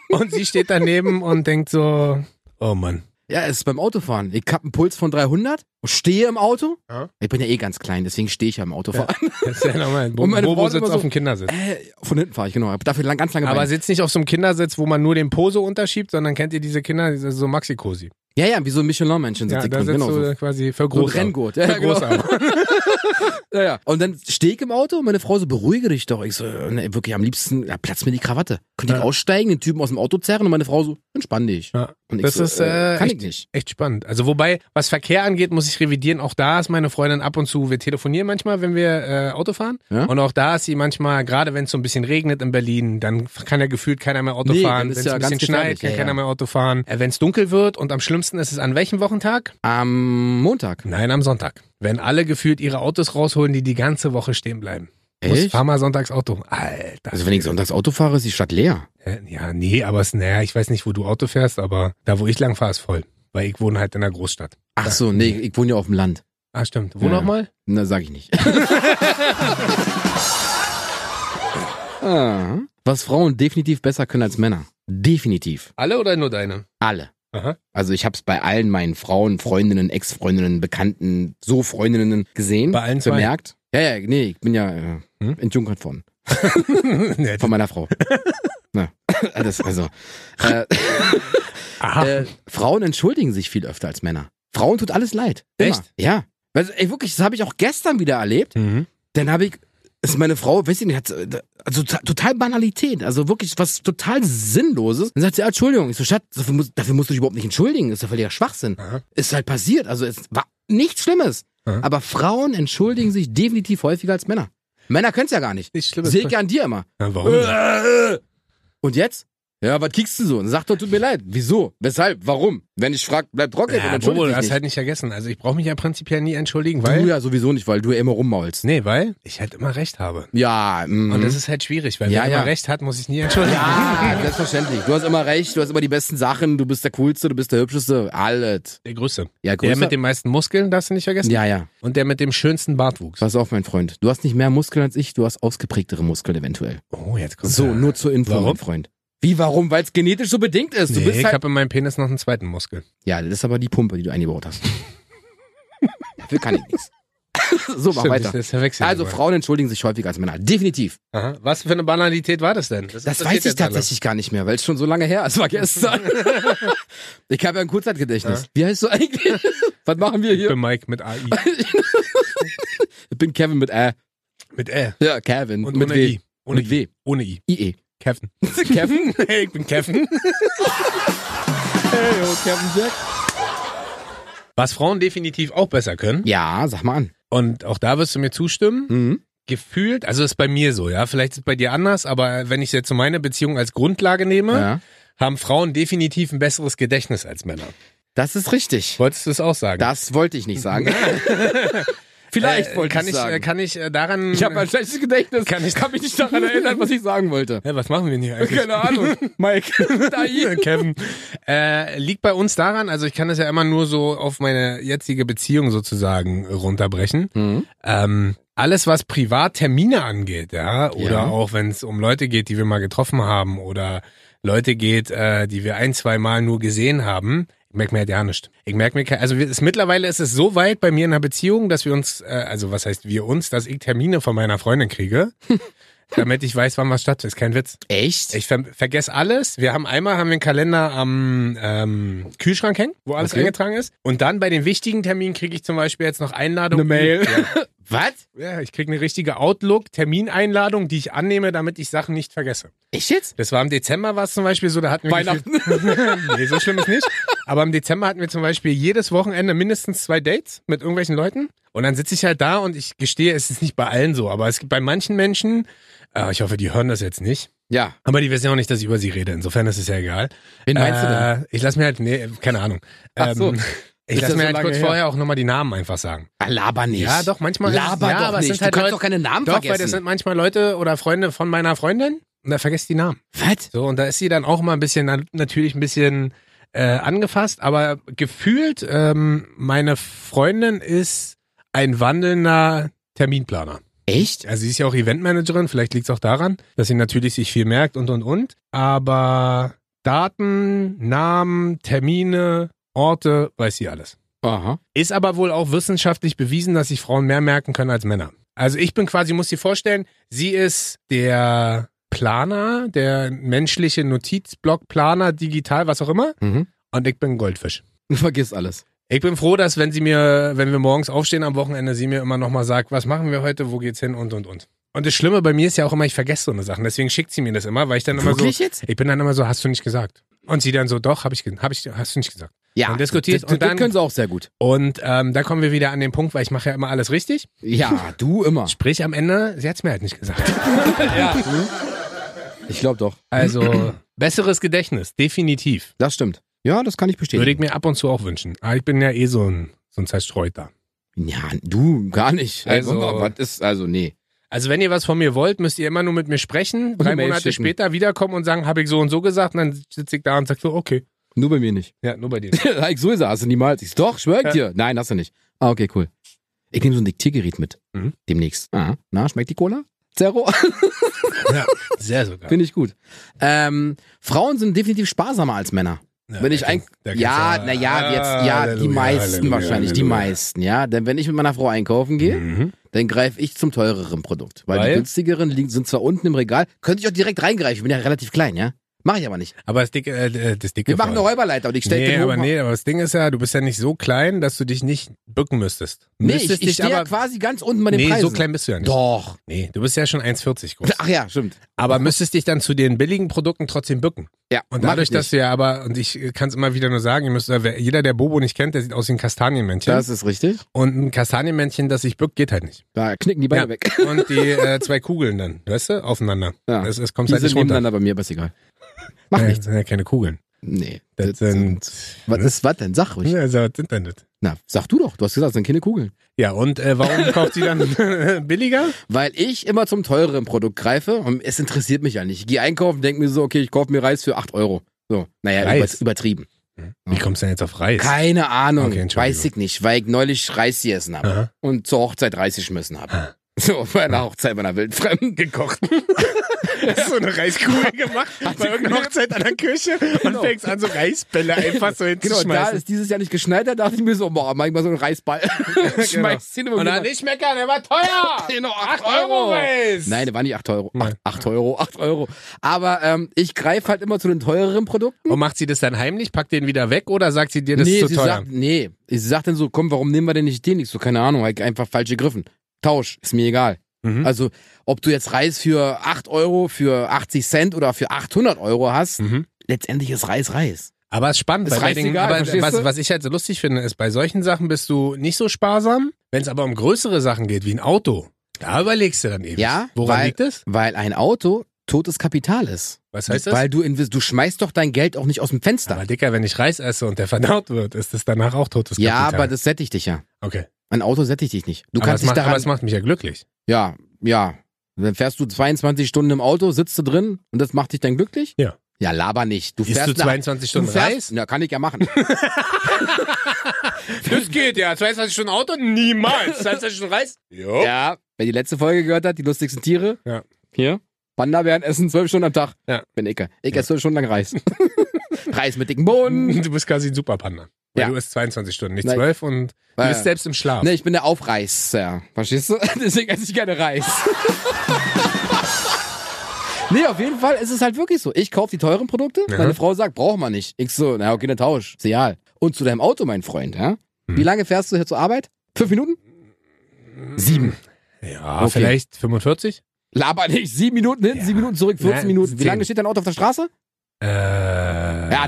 B: und sie steht daneben und denkt so, oh Mann.
A: Ja, es ist beim Autofahren. Ich hab einen Puls von 300, stehe im Auto.
B: Ja.
A: Ich bin ja eh ganz klein, deswegen stehe ich ja im Autofahren.
B: Das ist ja normal. Bo
A: Und meine
B: Bobo
A: Frau
B: sitzt
A: immer so,
B: auf dem Kindersitz.
A: Äh, von hinten fahre ich, genau. Ich hab Dafür lang, ganz lange
B: Aber
A: Beine.
B: sitzt nicht auf so einem Kindersitz, wo man nur den Pose unterschiebt, sondern kennt ihr diese Kinder, diese so Maxi-Cosi.
A: Ja, ja, wie so ein Michelin-Männchen sitze
B: Ja,
A: ich
B: da
A: drin.
B: sitzt
A: Genau, so,
B: du quasi für
A: so ein
B: groß.
A: Renngurt. Ja, ja, genau. Ja, ja. Und dann stehe ich im Auto und meine Frau so, beruhige dich doch. Ich so, äh, nee, wirklich, am liebsten, ja, platz mir die Krawatte. Könnte ich
B: Ja.
A: aussteigen, den Typen aus dem Auto zerren und meine Frau so, entspann dich.
B: Ja.
A: Und ich
B: Das
A: so,
B: ist, äh,
A: kann
B: echt-
A: ich nicht.
B: Echt spannend. Also wobei, was Verkehr angeht, muss ich revidieren. Auch da ist meine Freundin ab und zu, wir telefonieren manchmal, wenn wir äh, Auto fahren.
A: Ja.
B: Und auch da ist sie manchmal, gerade wenn es so ein bisschen regnet in Berlin, dann kann ja gefühlt keiner mehr Auto
A: Nee,
B: fahren.
A: dann ist
B: Wenn es
A: ja
B: ein
A: ganz
B: bisschen schneit,
A: gefährlich.
B: kann
A: Ja,
B: keiner
A: ja.
B: mehr Auto fahren. Äh, wenn es dunkel wird und am schlimmsten ist es an welchem Wochentag?
A: Am Montag.
B: Nein, am Sonntag. Wenn alle gefühlt ihre Autos rausholen, die die ganze Woche stehen bleiben. Muss,
A: Echt?
B: fahr mal sonntags Auto. Alter.
A: Also wenn ich sonntags Auto fahre, ist die Stadt leer.
B: Äh, Ja, nee, aber es, naja, ich weiß nicht, wo du Auto fährst, aber da, wo ich lang fahre, ist voll. Weil ich wohne halt in einer Großstadt.
A: Ach so, nee, ich wohne ja auf dem Land.
B: Ah, stimmt. Wo
A: Ja.
B: nochmal?
A: Na, sag ich nicht. ah, was Frauen definitiv besser können als Männer. Definitiv.
B: Alle oder nur deine?
A: Alle.
B: Aha.
A: Also ich habe es bei allen meinen Frauen, Freundinnen, Ex-Freundinnen, Bekannten, so Freundinnen gesehen.
B: Bei allen zwei?
A: Bemerkt. Ja, ja, nee, ich bin ja äh,
B: Hm?
A: entjunkert von.
B: Nett.
A: Von meiner Frau. Na, das, also. Äh,
B: Aha.
A: äh, Frauen entschuldigen sich viel öfter als Männer. Frauen tut alles leid. Immer.
B: Echt?
A: Ja. Also, ey, wirklich, das habe ich auch gestern wieder erlebt.
B: Mhm.
A: dann habe ich, ist meine Frau, weiß ich nicht, hat äh, also to- total Banalität, also wirklich was total Sinnloses. Dann sagt sie, ah, Entschuldigung. Ich so, Schatz, dafür musst, dafür musst du dich überhaupt nicht entschuldigen, ist ja völliger Schwachsinn.
B: Aha.
A: Ist halt passiert, also es war nichts Schlimmes.
B: Aha.
A: Aber Frauen entschuldigen sich definitiv häufiger als Männer. Männer können es ja gar nicht.
B: Nicht schlimm.
A: Sehe ich ja an dir immer.
B: Na, warum?
A: Äh, äh. Und jetzt? Ja, was kickst du so? Und sag doch, tut mir leid. Wieso? Weshalb? Warum? Wenn ich frag, bleibt Rocket und
B: Ja,
A: entschuldigt
B: Bobo, du
A: dich
B: hast
A: nicht.
B: halt nicht vergessen. Also ich brauche mich ja prinzipiell nie entschuldigen,
A: du
B: weil...
A: ja sowieso nicht, weil du ja immer rummaulst.
B: Nee, weil ich halt immer recht habe.
A: Ja, mhm.
B: Und das ist halt schwierig, weil
A: Ja,
B: wer
A: ja.
B: immer recht hat, muss ich nie entschuldigen.
A: Ah, selbstverständlich. Du hast immer recht, du hast immer die besten Sachen, du bist der Coolste, du bist der Hübscheste, alles.
B: Der Größte.
A: Ja,
B: Der
A: größer.
B: mit den meisten Muskeln, darfst du nicht vergessen.
A: ja, ja.
B: Und der mit dem schönsten Bartwuchs.
A: Pass auf, mein Freund. Du hast nicht mehr Muskeln als ich, du hast ausgeprägtere Muskeln eventuell.
B: Oh, jetzt kommt
A: So,
B: er.
A: nur zur Info,
B: Warum?
A: mein Freund. Wie, warum? Weil es genetisch so bedingt ist. Du
B: nee,
A: bist
B: ich
A: halt
B: habe in meinem Penis noch einen zweiten Muskel.
A: Ja, das ist aber die Pumpe, die du eingebaut hast. Dafür kann ich nichts. so, mach
B: Stimmt,
A: weiter.
B: Das, das verwechseln
A: Also,
B: wir.
A: Frauen entschuldigen sich häufiger als Männer. Definitiv.
B: Aha. Was für eine Banalität war das denn?
A: Das
B: interessiert
A: weiß ich
B: jetzt alle.
A: tatsächlich gar nicht mehr, weil es schon so lange her ist. War gestern. ich habe ja ein Kurzzeitgedächtnis. Wie heißt du eigentlich? Was machen wir
B: Ich
A: hier?
B: bin Mike mit AI.
A: Ich bin Kevin mit Ä.
B: Mit Ä.
A: Ja, Kevin.
B: Und
A: mit
B: ohne
A: W.
B: I. Ohne
A: mit
B: I.
A: W. E.
B: Ohne I.
A: IE.
B: Kevin.
A: Kevin?
B: hey, ich bin Kevin.
A: Hey, oh, Kevin Jack.
B: Was Frauen definitiv auch besser können,
A: Ja, sag mal an.
B: und auch da wirst du mir zustimmen,
A: Mhm.
B: gefühlt, also ist bei mir so, ja, vielleicht ist es bei dir anders, aber wenn ich jetzt so meine Beziehung als Grundlage nehme,
A: Ja.
B: haben Frauen definitiv ein besseres Gedächtnis als Männer.
A: Das ist richtig.
B: Wolltest du es auch sagen?
A: Das wollte ich nicht sagen. Vielleicht
B: Äh,
A: wollte
B: kann
A: ich
B: ich,
A: sagen.
B: äh, Kann ich äh, daran...
A: Ich halt habe ein schlechtes Gedächtnis.
B: Kann
A: Kann
B: ich-
A: ich kann mich nicht daran erinnern, was ich sagen wollte.
B: Hä, was machen wir denn hier eigentlich?
A: Keine Ahnung. Mike. Da
B: Äh, Kevin. Äh, liegt bei uns daran, also ich kann es ja immer nur so auf meine jetzige Beziehung sozusagen runterbrechen.
A: mhm.
B: Ähm, alles, was Privattermine angeht, ja, oder
A: Ja.
B: auch wenn es um Leute geht, die wir mal getroffen haben oder Leute geht, äh, die wir ein, zwei Mal nur gesehen haben, ich merke mir halt ja nicht. Ich merke mir, kein- also wir, es, mittlerweile ist es so weit bei mir in der Beziehung, dass wir uns, äh, also was heißt wir uns, dass ich Termine von meiner Freundin kriege, damit ich weiß, wann was stattfindet. Kein Witz.
A: Echt?
B: Ich ver vergesse alles. Wir haben einmal haben wir einen Kalender am ähm, Kühlschrank hängen, wo alles
A: Okay.
B: eingetragen ist. Und dann bei den wichtigen Terminen kriege ich zum Beispiel jetzt noch Einladung.
A: Eine Mail. Was?
B: Ja, ja ich kriege eine richtige Outlook-Termineinladung, die ich annehme, damit ich Sachen nicht vergesse.
A: Ich jetzt?
B: Das war im Dezember war es zum Beispiel so, da hatten wir
A: Weihnachten.
B: gefühlt- nee, so schlimm ist nicht. Aber im Dezember hatten wir zum Beispiel jedes Wochenende mindestens zwei Dates mit irgendwelchen Leuten. Und dann sitze ich halt da und ich gestehe, es ist nicht bei allen so, aber es gibt bei manchen Menschen, äh, ich hoffe, die hören das jetzt nicht.
A: Ja.
B: Aber die wissen ja auch nicht, dass ich über sie rede. Insofern ist es ja egal.
A: Wen meinst du denn?
B: äh, Ich lass mir halt, nee, keine Ahnung. Ähm,
A: Ach so.
B: Ich
A: Ist
B: lass
A: ja
B: mir
A: so
B: halt
A: lange
B: kurz
A: her.
B: vorher auch nochmal die Namen einfach sagen.
A: Ah, laber nicht.
B: Ja, doch, manchmal ist es-
A: Laber
B: ja,
A: doch
B: aber es
A: nicht.
B: sind halt
A: du kannst
B: Leute-
A: doch keine Namen
B: Doch, weil das sind
A: vergessen.
B: manchmal Leute oder Freunde von meiner Freundin und da vergesst die Namen.
A: Was?
B: So, und da ist sie dann auch mal ein bisschen, na- natürlich ein bisschen äh, angefasst, aber gefühlt, ähm, meine Freundin ist ein wandelnder Terminplaner.
A: Echt?
B: Also sie ist ja auch Eventmanagerin, vielleicht liegt es auch daran, dass sie natürlich sich viel merkt und und und. Aber Daten, Namen, Termine, Orte, weiß sie alles.
A: Aha.
B: Ist aber wohl auch wissenschaftlich bewiesen, dass sich Frauen mehr merken können als Männer. Also ich bin quasi, muss dir vorstellen, sie ist der Planer, der menschliche Notizblock-Planer, digital, was auch immer.
A: Mhm.
B: Und ich bin Goldfisch.
A: Du vergisst alles.
B: Ich bin froh, dass wenn sie mir, wenn wir morgens aufstehen am Wochenende, sie mir immer nochmal sagt, was machen wir heute, wo geht's hin und und und. Und das Schlimme bei mir ist ja auch immer, ich vergesse so eine Sachen. Deswegen schickt sie mir das immer, weil ich dann immer
A: Wirklich
B: so,
A: jetzt?
B: ich bin Also, dann immer so, hast du nicht gesagt. Und sie dann so, doch, habe ich, ge- hab ich, hast du nicht gesagt.
A: Ja.
B: Dann diskutiert
A: das,
B: und
A: das
B: dann-
A: können sie auch sehr gut.
B: Und ähm, da kommen wir wieder an den Punkt, weil ich mache ja immer alles richtig.
A: Ja, du immer.
B: Sprich, am Ende, sie hat's mir halt nicht gesagt.
A: Ich glaube doch.
B: Also besseres Gedächtnis, definitiv.
A: Das stimmt. Ja, das kann ich
B: Würde ich
A: bestätigen.
B: mir ab und zu auch wünschen. Aber ich bin ja eh so ein, so ein Zerstreuter.
A: Ja, du gar nicht. Ey,
B: Also-
A: was ist also nee.
B: Also wenn ihr was von mir wollt, müsst ihr immer nur mit mir sprechen, drei
A: eine Mail
B: Monate
A: schicken.
B: später wiederkommen und sagen, habe ich so und so gesagt und dann sitze ich da und sag so, okay.
A: Nur bei mir nicht.
B: Ja, nur bei dir.
A: Hab ich so gesagt, hast du niemals. Ich, so, doch, schwör ich
B: Ja.
A: dir. Nein, hast du nicht. Ah, okay, cool. Ich nehme so ein Diktiergerät mit.
B: Mhm.
A: Demnächst. Ah, na, schmeckt die Cola? Zero?
B: ja, sehr sogar.
A: Finde ich gut. Ähm, Frauen sind definitiv sparsamer als Männer.
B: Ja,
A: wenn ich
B: da
A: ein,
B: kannst- da kannst
A: ja,
B: du-
A: na ja, jetzt, ja, die
B: Halleluja,
A: meisten
B: Halleluja,
A: wahrscheinlich, die
B: Halleluja.
A: meisten, ja. Denn wenn ich mit meiner Frau einkaufen gehe,
B: Mhm.
A: dann greife ich zum teureren Produkt. Weil,
B: Weil?
A: die günstigeren liegen, sind zwar unten im Regal, könnte ich auch direkt reingreifen, ich bin ja relativ klein, ja. Mache ich aber nicht.
B: Aber das dicke, äh, das dicke
A: Wir machen eine
B: Fahrrad.
A: Räuberleiter und ich stelle
B: Nee,
A: den
B: aber
A: hoch.
B: nee, aber das Ding ist ja, du bist ja nicht so klein, dass du dich nicht bücken müsstest. Du
A: nee,
B: müsstest
A: ich, ich
B: dich
A: stehe ja
B: aber
A: quasi ganz unten bei den
B: Nee,
A: Preisen.
B: so klein bist du ja nicht.
A: Doch.
B: Nee, du bist ja schon 1,40 groß.
A: Ach ja, stimmt.
B: Aber müsstest dich dann zu den billigen Produkten trotzdem bücken.
A: Ja,
B: Und
A: mach
B: dadurch,
A: ich nicht.
B: dass du ja aber, und ich kann es immer wieder nur sagen, ihr müsst, wer- jeder, der Bobo nicht kennt, der sieht aus wie ein Kastanienmännchen.
A: Das ist richtig.
B: Und ein Kastanienmännchen, das sich bückt, geht halt nicht.
A: Da knicken die Beine
B: Ja.
A: weg.
B: Und die äh, zwei Kugeln dann, weißt du, aufeinander.
A: Ja.
B: Es, es kommt
A: Die
B: halt
A: sind
B: nicht runter.
A: nebeneinander bei mir, aber ist egal. Mach
B: Ja,
A: nichts.
B: Das sind ja keine Kugeln.
A: Nee.
B: Das sind.
A: was ist was denn? Sag ruhig.
B: Also, was sind denn das?
A: Na, sag du doch. Du hast gesagt, es sind keine Kugeln.
B: Ja, und äh, warum kauft sie dann äh, billiger?
A: Weil ich immer zum teureren Produkt greife und es interessiert mich ja nicht. Ich gehe einkaufen, denke mir so, okay, ich kaufe mir Reis für 8 Euro. So, naja,
B: Reis?
A: über, übertrieben.
B: Wie kommst du denn jetzt auf Reis?
A: Keine Ahnung,
B: Okay, Entschuldigung.
A: weiß ich nicht, weil ich neulich Reis gegessen habe
B: Aha.
A: und zur Hochzeit Reis geschmissen habe.
B: Ah.
A: So, bei einer Hochzeit meiner Wildfremden.
B: Gekocht. Hast so eine Reiskugel gemacht bei irgendeiner Hochzeit an der Kirche
A: Genau.
B: und fängst an, so Reisbälle einfach so
A: Genau, da
B: hinzuschmeißen.
A: ist dieses Jahr nicht geschneit, da dachte ich mir so, boah, mach ich mal so einen Reisball. Schmeißt den über
B: Genau. und dann
A: mich.
B: nicht meckern, der war teuer!
A: Genau,
B: 8
A: 8
B: Euro
A: Euro.
B: Reis!
A: Nein, der war nicht 8 Euro.
B: Nein.
A: 8, 8 Euro, 8 Euro. Aber ähm, ich greife halt immer zu den teureren Produkten.
B: Und macht sie das dann heimlich, packt den wieder weg oder sagt sie dir, das
A: nee,
B: ist
A: sie
B: zu teuer?
A: sagt, nee, sie sagt dann so, komm, warum nehmen wir denn nicht den? Ich so, keine Ahnung, halt einfach falsch gegriffen. Tausch, ist mir egal.
B: Mhm.
A: Also, ob du jetzt Reis für 8 Euro, für 80 Cent oder für 800 Euro hast,
B: Mhm.
A: letztendlich ist Reis Reis.
B: Aber es ist spannend,
A: Ist
B: weil bei den,
A: reisegal,
B: aber
A: verstehst
B: was,
A: du?
B: was ich halt so lustig finde, ist, bei solchen Sachen bist du nicht so sparsam. Wenn es aber um größere Sachen geht, wie ein Auto, da überlegst du dann eben.
A: Ja,
B: Woran
A: weil-
B: liegt es?
A: Weil ein Auto totes Kapital ist.
B: Was heißt das?
A: Weil du, invest- du schmeißt doch dein Geld auch nicht aus dem Fenster.
B: aber Dicker, wenn ich Reis esse und der verdaut wird, ist es danach auch totes
A: ja,
B: Kapital.
A: aber das sättigt dich ja.
B: Okay.
A: Ein Auto sättigt dich nicht. Du
B: aber,
A: kannst
B: es
A: dich
B: macht, aber
A: daran
B: es macht mich ja glücklich.
A: Ja, ja. Dann fährst du 22 Stunden im Auto, sitzt du drin und das macht dich dann glücklich?
B: Ja.
A: Ja, laber nicht. Du
B: Isst
A: fährst
B: du
A: nach-
B: 22 Stunden
A: du fährst,
B: Reis?
A: Ja, kann ich ja machen.
B: Das geht, ja. 22 Stunden Auto? Niemals. 22 Stunden Reis? Jo. Ja.
A: ja, wer die letzte Folge gehört hat, die lustigsten Tiere.
B: Oh. Ja.
A: Hier. Panda-Bären essen zwölf Stunden am Tag.
B: Ja.
A: Bin ich. Ich
B: Ja. Mhm.
A: esse zwölf Stunden lang Reis. Reis mit dicken Bohnen.
B: Du bist quasi ein Superpanda. Weil
A: Hm. Ja.
B: du isst 22 Stunden, nicht
A: Nein.
B: 12 und du
A: Äh,
B: bist selbst im Schlaf.
A: Ne, ich bin der Aufreißer. Verstehst du? Deswegen esse ich gerne Reis. Nee, auf jeden Fall ist es halt wirklich so. Ich kaufe die teuren Produkte,
B: Ja.
A: meine Frau sagt, braucht man nicht. Ich so, na okay, dann tausch. Ist egal. Und zu deinem Auto, mein Freund, ja? Wie
B: Mhm.
A: lange fährst du hier zur Arbeit? Fünf Minuten? Sieben.
B: Ja,
A: Okay.
B: vielleicht 45?
A: Laber nicht. Sieben Minuten hin, sieben Minuten zurück, 14
B: Nein,
A: Minuten. Wie
B: zehn.
A: lange steht dein Auto auf der Straße?
B: Äh,
A: Ja,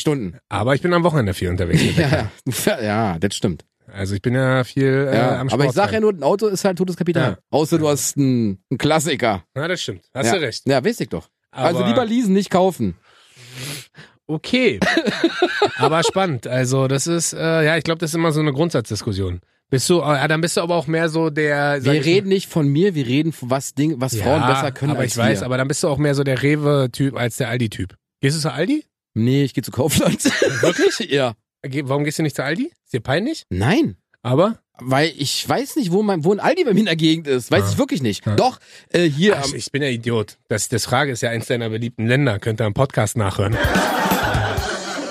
A: Stunden.
B: Aber ich bin am Wochenende viel unterwegs. mit der
A: Ja, ja, ja, das stimmt.
B: Kleinen. Also ich bin ja viel äh,
A: Ja,
B: am Sport.
A: aber ich sag ja nur, ein Auto ist halt totes Kapital.
B: Ja.
A: Außer du hast einen, einen Klassiker.
B: Na, das stimmt. Hast
A: ja.
B: du recht.
A: Ja, weiß ich doch.
B: Aber,
A: also lieber leasen, nicht kaufen.
B: Okay. aber spannend. Also das ist, äh, ja, ich glaube, das ist immer so eine Grundsatzdiskussion. Bist du, äh, dann bist du aber auch mehr so der... sag
A: Wir
B: ich
A: reden nicht von mir, wir reden von was Ding, was
B: mal-
A: Frauen
B: Ja,
A: besser können
B: aber
A: als
B: ich weiß,
A: wir.
B: aber dann bist du auch mehr so der Rewe-Typ als der Aldi-Typ. Gehst du zu Aldi?
A: nee, ich gehe zu Kaufland. Wirklich? ja.
B: Geh- Warum gehst du nicht zu Aldi? Ist dir peinlich?
A: Nein.
B: Aber
A: Weil ich weiß nicht, wo mein, wo ein Aldi bei mir in der Gegend ist. Weiß
B: Ja.
A: ich wirklich nicht.
B: Ja.
A: Doch, äh, hier
B: Ach,
A: am,
B: ich bin ja Idiot. Das, das Frage ist ja eins deiner beliebten Länder. Könnt ihr am Podcast nachhören.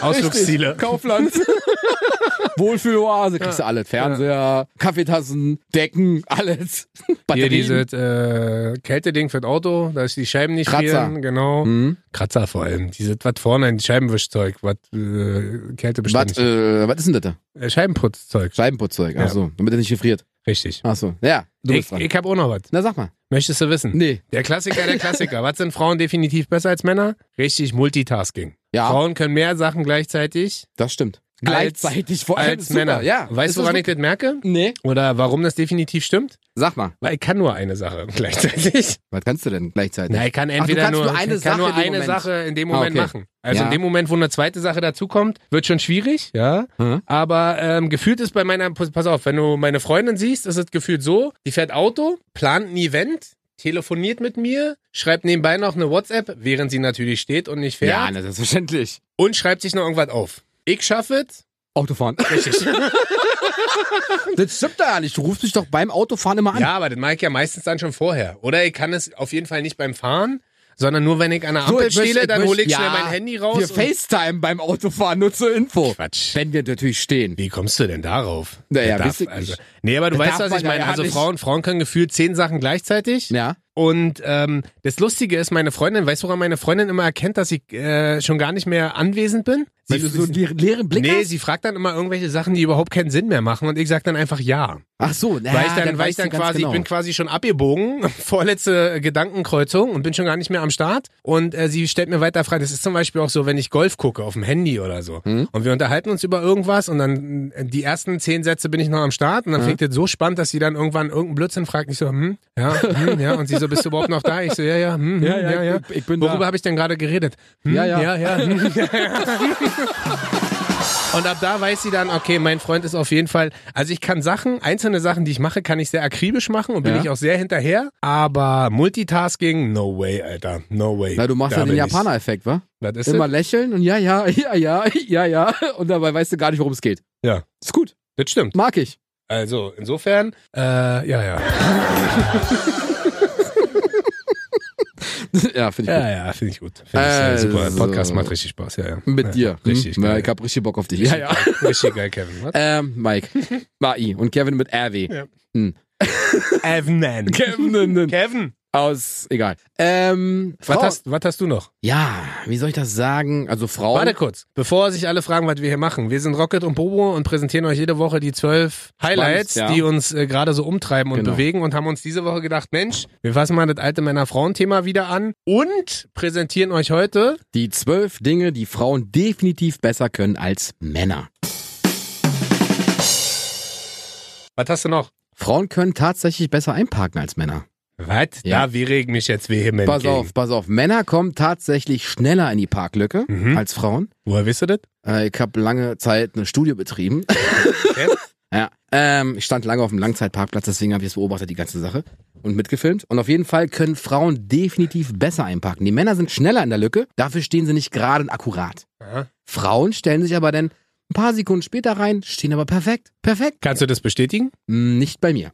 B: Ausflugsziele.
A: Kaufland. Wohlfühloase, kriegst du alles. Fernseher, Kaffeetassen, Decken, alles.
B: Hier
A: Batterien.
B: dieses äh, Kälteding für das Auto, dass die Scheiben nicht
A: Kratzer.
B: frieren. Genau.
A: Hm?
B: Kratzer vor allem. Dieses, was vorne in Scheibenwischzeug, was äh,
A: Was,
B: kältebeständig
A: äh, was ist denn das da?
B: äh, Scheibenputzzeug.
A: Scheibenputzzeug.
B: Ja.
A: Ach so, damit er nicht gefriert.
B: Richtig.
A: Ach so. Ja, du
B: Ich,
A: bist dran.
B: ich habe auch noch was.
A: Na, sag mal.
B: Möchtest du wissen?
A: Nee.
B: Der Klassiker, der Klassiker. was sind Frauen definitiv besser als Männer? Richtig Multitasking.
A: Ja.
B: Frauen können mehr Sachen gleichzeitig
A: Das stimmt.
B: Als-
A: Gleichzeitig vor allem.
B: als
A: super.
B: Männer.
A: Ja.
B: Weißt
A: Ist
B: du, woran
A: das
B: ich das merke?
A: so? Nee.
B: Oder warum das definitiv stimmt?
A: Sag mal,
B: Weil ich kann nur eine Sache gleichzeitig.
A: was kannst du denn gleichzeitig?
B: Na, ich kann
A: du
B: entweder
A: kannst
B: nur,
A: nur eine
B: ich kann
A: Sache
B: nur
A: in dem
B: eine
A: Moment.
B: Sache in dem
A: Ah,
B: Moment
A: okay.
B: machen. Also
A: Ja.
B: in dem Moment, wo eine zweite Sache dazukommt, wird schon schwierig, ja.
A: Hm?
B: Aber ähm, gefühlt ist bei meiner, pass auf, wenn du meine Freundin siehst, ist es gefühlt so, die fährt Auto, plant ein Event, telefoniert mit mir, schreibt nebenbei noch eine WhatsApp, während sie natürlich steht und nicht fährt
A: Ja, ne- na, selbstverständlich.
B: und schreibt sich noch irgendwas auf. Ich schaffe es.
A: Autofahren. das stimmt da ja nicht. Du rufst dich doch beim Autofahren immer an.
B: Ja, aber das mache ich ja meistens dann schon vorher. Oder ich kann es auf jeden Fall nicht beim Fahren, sondern nur wenn ich an der
A: So,
B: Ampel
A: ich möchte-
B: stehe, dann
A: möchte-
B: hole ich
A: ja,
B: schnell mein Handy raus.
A: Wir
B: und-
A: FaceTime beim Autofahren, nur zur Info.
B: Quatsch.
A: Wenn wir natürlich stehen.
B: Wie kommst du denn darauf?
A: Naja,
B: Das
A: weiß ich
B: also,
A: nicht.
B: Nee, aber du
A: Das
B: weißt,
A: darf
B: was ich
A: man ja
B: meine.
A: gar
B: Also
A: nicht.
B: Frauen, Frauen können gefühlt zehn Sachen gleichzeitig.
A: Ja.
B: Und ähm, das Lustige ist, meine Freundin, weißt du, woran meine Freundin immer erkennt, dass ich äh, schon gar nicht mehr anwesend bin?
A: Wenn du so einen leeren- leeren Blick
B: nee,
A: hast.
B: sie fragt dann immer irgendwelche Sachen, die überhaupt keinen Sinn mehr machen und ich sag dann einfach ja.
A: Ach so, na,
B: weil ich dann, weil ich
A: weißt du
B: dann
A: ganz
B: quasi,
A: genau.
B: ich bin quasi schon abgebogen, vorletzte Gedankenkreuzung und bin schon gar nicht mehr am Start. Und äh, sie stellt mir weiter Fragen. Das ist zum Beispiel auch so, wenn ich Golf gucke auf dem Handy oder so.
A: Hm?
B: Und wir unterhalten uns über irgendwas und dann äh, die ersten zehn Sätze bin ich noch am Start und dann fängt das so spannend, dass sie dann irgendwann irgendeinen Blödsinn fragt. Ich so, hm, ja, hm, ja. Und sie so, so, bist du überhaupt noch da? Ich so, ja, ja, hm, hm, ja, ja, ja.
A: Ich, ich bin
B: Worüber
A: da.
B: habe ich denn gerade geredet? Hm,
A: Ja, ja.
B: ja, ja, hm, ja, ja. Und ab da weiß sie dann, okay, mein Freund ist auf jeden Fall, also ich kann Sachen, einzelne Sachen, die ich mache, kann ich sehr akribisch machen und bin
A: Ja.
B: ich auch sehr hinterher, aber Multitasking, no way, Alter, no way.
A: Na, du machst
B: Da
A: ja den
B: bin ich-
A: Japaner-Effekt, wa?
B: Das ist
A: Immer
B: Immer
A: lächeln und ja, ja, ja, ja, ja, ja. Und dabei weißt du gar nicht, worum es geht.
B: Ja.
A: Ist gut.
B: das stimmt.
A: Mag ich.
B: Also, insofern, äh, ja, ja.
A: ja, finde ich gut.
B: Ja, ja, finde ich gut. Finde ich äh,
A: Also.
B: super. Podcast macht richtig Spaß, ja, ja.
A: Mit
B: ja,
A: dir.
B: Richtig
A: Hm? Na,
B: geil.
A: ich hab richtig Bock auf dich.
B: richtig
A: Ja, ja.
B: Geil. Richtig geil, Kevin. Was?
A: Ähm, Mike. Mai. Und Kevin mit RW.
B: Ja.
A: Hm.
B: Kevin, nein.
A: Kevin.
B: Kevin.
A: Aus, egal. Ähm,
B: Was
A: Frau-
B: hast, was hast du noch?
A: ja, wie soll ich das sagen? Also Frauen.
B: Warte kurz, bevor sich alle fragen, was wir hier machen. Wir sind Rocket und Bobo und präsentieren euch jede Woche die zwölf Highlights,
A: Spannend, ja.
B: die uns äh, gerade so umtreiben und
A: Genau.
B: bewegen und haben uns diese Woche gedacht, Mensch, wir fassen mal das alte Männer-Frauen-Thema wieder an und präsentieren euch heute
A: Die zwölf Dinge, die Frauen definitiv besser können als Männer.
B: Was hast du noch?
A: Frauen können tatsächlich besser einparken als Männer.
B: Was?
A: Ja.
B: Da wir regen mich jetzt vehement
A: Pass
B: gegen.
A: auf, pass auf. Männer kommen tatsächlich schneller in die Parklücke
B: Mhm.
A: als Frauen.
B: Woher wisst ihr das?
A: Äh, ich habe lange Zeit eine Studie betrieben.
B: Jetzt?
A: ja. Ähm, ich stand lange auf dem Langzeitparkplatz, deswegen habe ich es beobachtet, die ganze Sache. Und mitgefilmt. Und auf jeden Fall können Frauen definitiv besser einparken. Die Männer sind schneller in der Lücke, dafür stehen sie nicht gerade und akkurat.
B: Aha.
A: Frauen stellen sich aber dann ein paar Sekunden später rein, stehen aber perfekt. Perfekt.
B: Kannst du das bestätigen?
A: Mm, Nicht bei mir.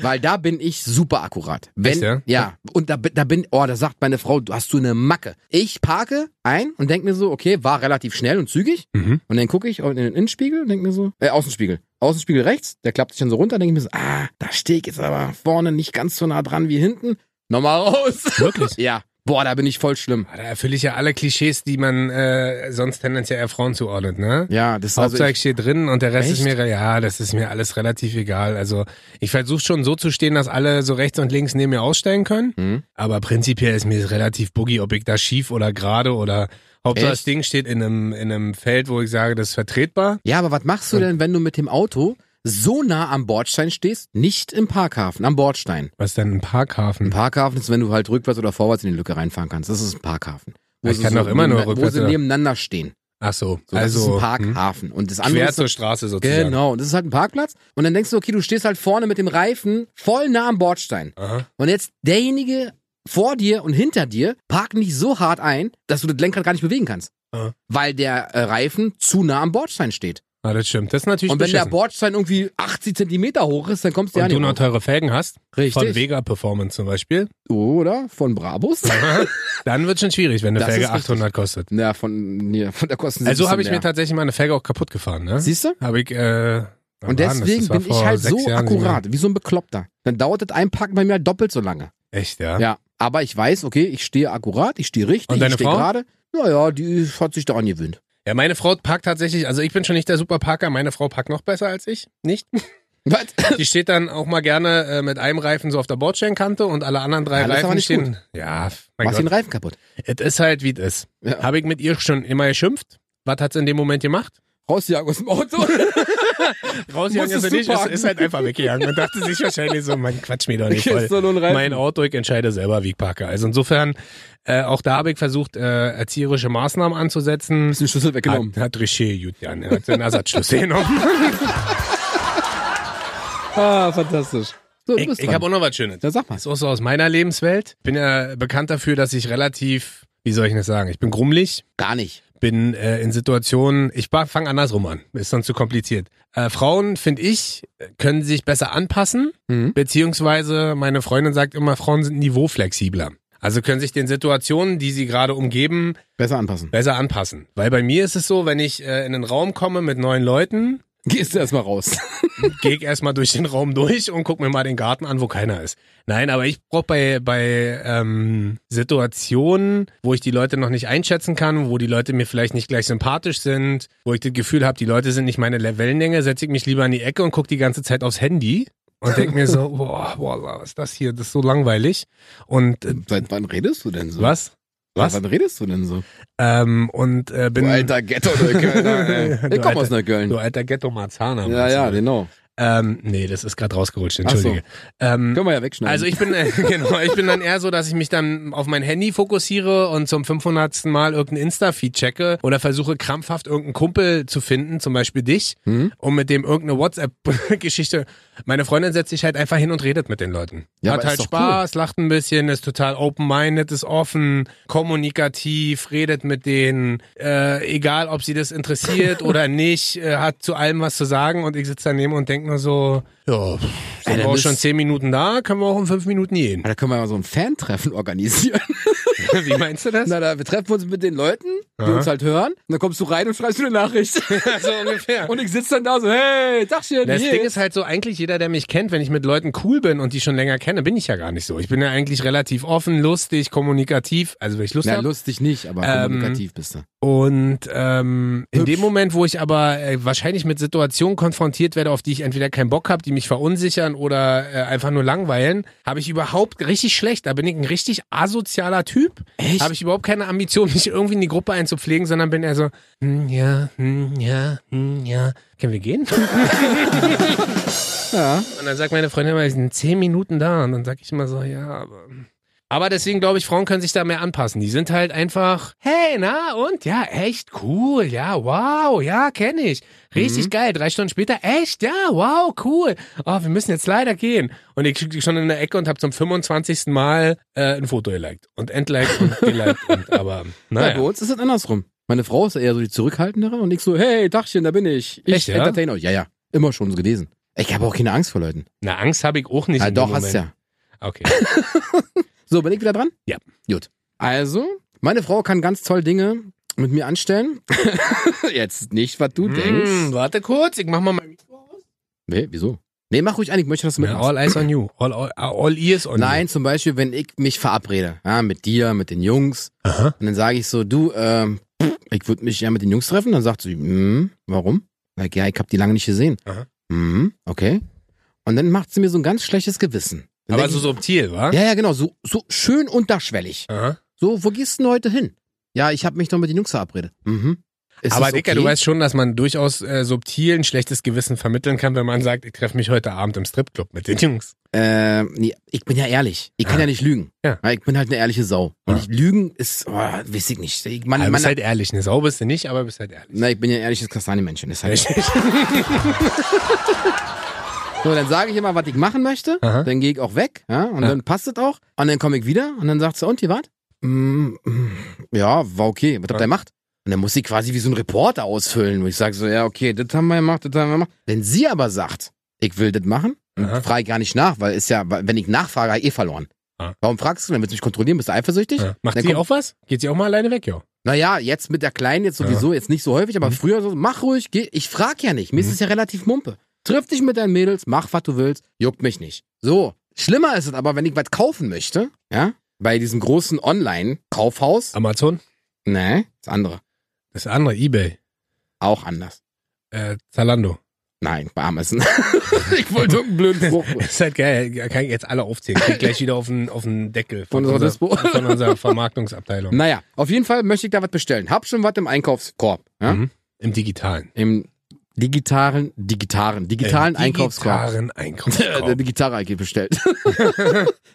A: Weil da bin ich super akkurat. Wenn,
B: Echt, ja?
A: Und da, bin- da bin, oh, da sagt meine Frau, du hast du eine Macke. Ich parke ein und denke mir so, okay, war relativ schnell und zügig.
B: Mhm.
A: Und dann gucke ich in den Innenspiegel und denke mir so, äh, Außenspiegel. Außenspiegel rechts, der klappt sich dann so runter, denke ich mir so, ah, da stehe ich jetzt aber vorne nicht ganz so nah dran wie hinten. Nochmal raus.
B: Wirklich? Ah,
A: ja. Boah, da bin ich voll schlimm.
B: Da erfülle ich ja alle Klischees, die man äh, sonst tendenziell eher Frauen zuordnet, ne?
A: Ja, das ist also
B: Hauptsache
A: ich,
B: ich stehe drin und der Rest ist
A: Echt?
B: mir, ja, das ist mir alles relativ egal. Also ich versuche schon so zu stehen, dass alle so rechts und links neben mir ausstellen können.
A: Mhm.
B: Aber prinzipiell ist mir es relativ boogie, ob ich da schief oder gerade oder Hauptsache das
A: Echt?
B: Ding steht in einem, in einem Feld, wo ich sage, das ist vertretbar.
A: Ja, aber was machst du denn, wenn du mit dem Auto so nah am Bordstein stehst? Nicht im Parkhafen, am Bordstein.
B: Was ist denn ein
A: Ein
B: Parkhafen?
A: Parkhafen ist, wenn du halt rückwärts oder vorwärts in die Lücke reinfahren kannst. Das ist ein Parkhafen.
B: Ich
A: sie
B: kann doch immer nur
A: neben-
B: rückwärts,
A: ne, Wo sie
B: oder?
A: nebeneinander stehen.
B: Ach so,
A: So, das
B: also
A: ist ein
B: hm,
A: Parkhafen. Und das andere
B: quer
A: ist,
B: zur Straße sozusagen.
A: Genau, und das ist halt ein Parkplatz. Und dann denkst du, okay, du stehst halt vorne mit dem Reifen voll nah am Bordstein.
B: Aha.
A: Und jetzt derjenige vor dir und hinter dir parkt nicht so hart ein, dass du das Lenkrad gar nicht bewegen kannst.
B: Ah.
A: Weil der äh, Reifen zu nah am Bordstein steht.
B: Ah, das stimmt. Das ist natürlich
A: Und wenn der
B: beschissen.
A: Bordstein irgendwie 80 Zentimeter hoch ist, dann kommst du ja
B: und
A: nicht
B: du noch
A: hoch.
B: teure Felgen hast, von
A: Richtig.
B: Vega Performance zum Beispiel,
A: Oder? Von Brabus?
B: dann wird schon schwierig, wenn eine
A: Das ist
B: Felge
A: richtig.
B: 800 kostet.
A: Na, von, ja, von der Kosten.
B: Also habe ich mir
A: mehr.
B: tatsächlich meine Felge auch kaputt gefahren, ne?
A: Siehst du?
B: Habe ich, äh, wann
A: Und
B: war denn das?
A: deswegen
B: Das war
A: bin ich
B: vor
A: halt
B: sechs
A: so
B: Jahren, sieben Jahren.
A: akkurat, wie so ein Bekloppter. Dann dauert das Einpacken bei mir halt doppelt so lange.
B: Echt, ja?
A: Ja. Aber ich weiß, okay, ich stehe akkurat, ich stehe richtig,
B: Und deine
A: ich stehe
B: Frau?
A: gerade. Naja, die hat sich daran gewöhnt.
B: Ja, meine Frau parkt tatsächlich, also ich bin schon nicht der Superparker, meine Frau parkt noch besser als ich, nicht?
A: Was?
B: Die steht dann auch mal gerne äh, mit einem Reifen so auf der Bordsteinkante und alle anderen drei
A: Ja, das ist
B: Reifen
A: aber nicht
B: stehen. Ja, f- mein
A: Machst den
B: Gott.
A: Reifen kaputt.
B: Es ist halt, wie es ist.
A: Ja.
B: Habe ich mit ihr schon immer geschimpft? Was hat's in dem Moment gemacht?
A: Rausjagen aus dem Auto.
B: Rausgegangen ist
A: Musstest
B: sie
A: du
B: nicht, ist,
A: parken.
B: ist halt einfach weggegangen und dachte sich wahrscheinlich so, man quatsch mir doch nicht voll.
A: Kriegst du nur einen Reifen.
B: mein Auto, ich entscheide selber, wie ich parke. Also insofern, äh, auch da habe ich versucht, äh, erzieherische Maßnahmen anzusetzen.
A: Ist den Schlüssel weggenommen.
B: Hat, hat Richet gut an, er hat seinen Ersatzschlüssel genommen.
A: Ah, fantastisch. So, du
B: Ich,
A: bist
B: ich
A: dran.
B: habe auch noch was Schönes.
A: Ja, sag mal.
B: Das ist auch so aus meiner Lebenswelt. Ich bin ja bekannt dafür, dass ich relativ, wie soll ich das sagen, ich bin grummelig.
A: Gar nicht.
B: bin äh, in Situationen, ich fange andersrum an, ist sonst zu kompliziert. Äh, Frauen, finde ich, können sich besser anpassen,
A: Mhm.
B: beziehungsweise meine Freundin sagt immer, Frauen sind niveauflexibler. Also können sich den Situationen, die sie gerade umgeben,
A: Besser anpassen.
B: besser anpassen. Weil bei mir ist es so, wenn ich äh, in einen Raum komme mit neuen Leuten,
A: Gehst du erstmal raus.
B: gehe ich erstmal durch den Raum durch und guck mir mal den Garten an, wo keiner ist. Nein, aber ich brauche bei, bei ähm, Situationen, wo ich die Leute noch nicht einschätzen kann, wo die Leute mir vielleicht nicht gleich sympathisch sind, wo ich das Gefühl habe, die Leute sind nicht meine Le- Wellenlänge, setze ich mich lieber in die Ecke und gucke die ganze Zeit aufs Handy. Und denke mir so, boah, boah, was ist das hier? Das ist so langweilig. Und äh,
A: Seit wann redest du denn so?
B: was? Was?
A: Seit wann redest du denn so?
B: Ähm, und äh, bin.
A: du alter Ghetto Neuköllner, ey.
B: Du
A: Ich komm
B: alter-
A: aus
B: Du
A: Neukölln.
B: alter Ghetto-Marzahner.
A: Ja, ja, genau.
B: Ähm, nee, das ist gerade rausgerutscht, entschuldige. Ähm,
A: Können wir ja wegschneiden.
B: also ich bin äh, genau, ich bin dann eher so, dass ich mich dann auf mein Handy fokussiere und zum 500. Mal irgendeinen Insta-Feed checke oder versuche krampfhaft irgendeinen Kumpel zu finden, zum Beispiel dich,
A: Mhm.
B: und mit dem irgendeine WhatsApp-Geschichte. Meine Freundin setzt sich halt einfach hin und redet mit den Leuten.
A: Ja,
B: Hat
A: aber ist
B: halt
A: doch
B: Spaß, lacht ein bisschen, ist total open-minded, ist offen, kommunikativ, redet mit denen, äh, egal ob sie das interessiert oder nicht, äh, hat zu allem was zu sagen und ich sitze daneben und denke nur so, ja, pff, sind
A: dann
B: wir auch
A: bist-
B: schon zehn Minuten da, können wir auch in fünf Minuten gehen.
A: Ja, da können wir mal so ein Fantreffen organisieren.
B: Wie meinst du das?
A: Na, da, wir treffen uns mit den Leuten, die
B: Aha.
A: uns halt hören. Und dann kommst du rein und schreibst mir eine Nachricht.
B: so ungefähr.
A: Und ich sitze dann da so, hey, Dachchen,
B: das
A: hier.
B: Ding ist halt so, eigentlich jeder, der mich kennt, wenn ich mit Leuten cool bin und die schon länger kenne, bin ich ja gar nicht so. Ich bin ja eigentlich relativ offen, lustig, kommunikativ, also wenn ich Lust
A: Na,
B: habe.
A: lustig nicht, aber
B: Ähm,
A: kommunikativ bist du.
B: Und ähm, in
A: Hübsch.
B: dem Moment, wo ich aber äh, wahrscheinlich mit Situationen konfrontiert werde, auf die ich entweder keinen Bock habe, die mich verunsichern oder äh, einfach nur langweilen, habe ich überhaupt richtig schlecht. Da bin ich ein richtig asozialer Typ.
A: Echt?
B: Habe ich überhaupt keine Ambition, mich irgendwie in die Gruppe einzupflegen, sondern bin eher so, hm, ja, hm, ja, hm, ja. Können wir gehen?
A: Ja.
B: Und dann sagt meine Freundin immer, wir sind zehn Minuten da. Und dann sag ich immer so, ja, aber. Aber deswegen glaube ich, Frauen können sich da mehr anpassen. Die sind halt einfach, hey, na und? Ja, echt cool. Ja, wow. Ja, kenne ich. Richtig geil. Drei Stunden später, echt? Ja, wow, cool. Oh, wir müssen jetzt leider gehen. Und ich krieg die schon in der Ecke und habe zum 25. Mal äh, ein Foto geliked. Und entliked und geliked. und, aber,
A: Ja, bei
B: naja.
A: uns ist es andersrum. Meine Frau ist eher so die Zurückhaltendere und ich so, hey, Dachchen, da bin ich. Ich
B: Echt, ja?
A: entertain euch. Ja, ja. Immer schon so gewesen. Ich habe auch keine Angst vor Leuten.
B: Na, Angst habe ich auch nicht.
A: Ja,
B: in dem
A: doch, hast
B: Moment.
A: ja.
B: Okay.
A: So, bin ich wieder dran?
B: Ja.
A: Gut. Also, meine Frau kann ganz toll Dinge mit mir anstellen. Jetzt nicht, was du
B: Hm,
A: denkst.
B: warte kurz, ich mach mal mein Mikro aus.
A: Nee, wieso? Nee, mach ruhig an, ich möchte das mit.
B: Ja, all eyes on you. All, all, all ears on you.
A: Nein, zum Beispiel, wenn ich mich verabrede, ja, mit dir, mit den Jungs,
B: Aha.
A: und dann sage ich so, du, ähm, pff, ich würde mich ja mit den Jungs treffen, dann sagt sie, hm, warum? Sag, ich, ja, ich habe die lange nicht gesehen.
B: Aha.
A: Hm, okay. Und dann macht sie mir so ein ganz schlechtes Gewissen. Dann
B: Aber
A: denk
B: so
A: ich,
B: subtil, wa?
A: ja, ja, genau, so, so schön unterschwellig.
B: Aha.
A: So, wo gehst du denn heute hin? Ja, ich habe mich noch mit den Jungs verabredet. Mhm. Ist
B: Aber
A: das
B: Dicker,
A: okay?
B: du weißt schon, dass man durchaus äh, subtil ein schlechtes Gewissen vermitteln kann, wenn man sagt, ich treffe mich heute Abend im Stripclub mit den Jungs.
A: Äh, nee, ich bin ja ehrlich. Ich kann
B: Ja.
A: ja, nicht lügen.
B: Ja.
A: Weil Ich bin halt eine ehrliche Sau. Und
B: Ja.
A: ich lügen ist, oh, weiß ich nicht. Ich, man,
B: Man, du
A: man,
B: bist halt ehrlich, ne Sau bist du nicht, aber bist halt ehrlich.
A: na, ich bin ja ein ehrliches Kastanienmännchen. Ist halt
B: Richtig.
A: So, dann sage ich immer, was ich machen möchte.
B: Aha.
A: Dann gehe ich auch weg. Ja, und
B: Ja.
A: dann passt es auch. Und dann komme ich wieder. Und dann sagt sie, und, ihr wart? Mm, mm, ja, war okay. Was habt ihr
B: Ja.
A: gemacht? Und dann muss sie quasi wie so ein Reporter ausfüllen. Wo ich sage so, ja, okay, das haben wir gemacht, das haben wir gemacht. Wenn sie aber sagt, ich will das machen,
B: Aha.
A: dann frage ich gar nicht nach, weil ist ja, wenn ich nachfrage, eh verloren.
B: Ja.
A: Warum fragst du? Dann willst du mich kontrollieren, bist du eifersüchtig?
B: Ja. Macht
A: Dann
B: sie
A: kommt-
B: auch was? Geht sie auch mal alleine weg, jo?
A: Naja, jetzt mit der Kleinen jetzt sowieso, jetzt nicht so häufig, aber früher so, mach ruhig, geh, ich frag ja nicht, mir ist es ja relativ mumpe. Triff dich mit deinen Mädels, mach, was du willst, juckt mich nicht. So, schlimmer ist es aber, wenn ich was kaufen möchte, ja, bei diesem großen Online-Kaufhaus,
B: Amazon?
A: ne, das andere,
B: Das andere, Ebay.
A: auch anders.
B: Äh, Zalando.
A: Nein, bei Amazon. ich wollte irgendeinen blöden Spruch.
B: Das ist halt geil, kann ich jetzt alle aufzählen. Krieg gleich wieder auf den, auf den Deckel
A: Von unserer Dispo.
B: von unserer Vermarktungsabteilung.
A: Naja, auf jeden Fall möchte ich da was bestellen. Hab schon was im Einkaufskorb, ja,
B: Mhm. Im digitalen.
A: im digitalen, digitalen, digitalen
B: Im
A: Einkaufskorb.
B: Digitalen
A: Äh,
B: Einkaufskorb.
A: die Gitarre eigentlich bestellt.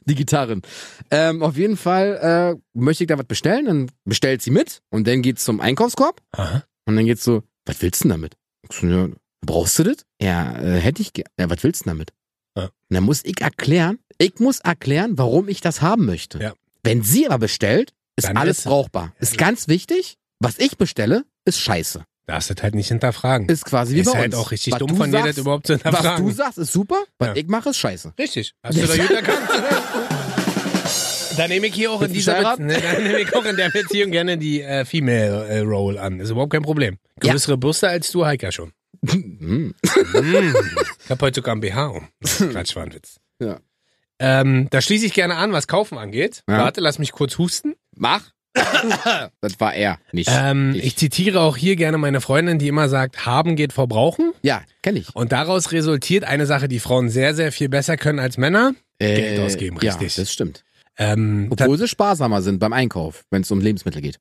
A: die Gitarren. Ähm, auf jeden Fall äh, möchte ich da was bestellen, dann bestellt sie mit und dann geht's zum Einkaufskorb
B: Aha.
A: und dann geht's so, was willst du denn damit? Ich so, ja, brauchst du das? Ja, äh, hätte ich, ge- ja, was willst du denn damit?
B: Ja.
A: Und dann muss ich erklären, ich muss erklären, warum ich das haben möchte.
B: Ja.
A: Wenn sie aber bestellt, ist
B: Dann
A: alles
B: ist- genau.
A: brauchbar. Ist ganz wichtig, was ich bestelle, ist scheiße.
B: Darfst das halt nicht hinterfragen.
A: Ist quasi wie
B: ist
A: bei
B: halt
A: uns.
B: auch richtig
A: was
B: dumm
A: du
B: von dir,
A: sagst,
B: das überhaupt zu
A: Was du
B: hinterfragen.
A: sagst, ist super, was
B: Ja.
A: ich mache, ist scheiße.
B: Richtig. Hast du da gut erkannt? Da nehme ich hier auch in
A: Willst du
B: dieser Be
A: heiraten?
B: ne, da nehme ich auch in der Beziehung gerne die äh, Female äh, Role an. Ist überhaupt kein Problem.
A: Ja.
B: Größere Brüste als du, Heike, ja schon. Mhm.
A: Hm.
B: Mm. Ich habe heute sogar einen BH um. Quatsch, war ein Witz.
A: Ja.
B: Ähm, da schließe ich gerne an, was Kaufen angeht.
A: Ja.
B: Warte, lass mich kurz husten.
A: Mach. das war er, nicht
B: Ähm, ich.
A: ich.
B: zitiere auch hier gerne meine Freundin, die immer sagt, haben geht vor brauchen.
A: Ja, kenne ich.
B: Und daraus resultiert eine Sache, die Frauen sehr, sehr viel besser können als Männer. Geld ausgeben,
A: Äh, ja,
B: richtig.
A: das stimmt.
B: Ähm,
A: Obwohl sie sparsamer sind beim Einkauf, wenn es um Lebensmittel geht.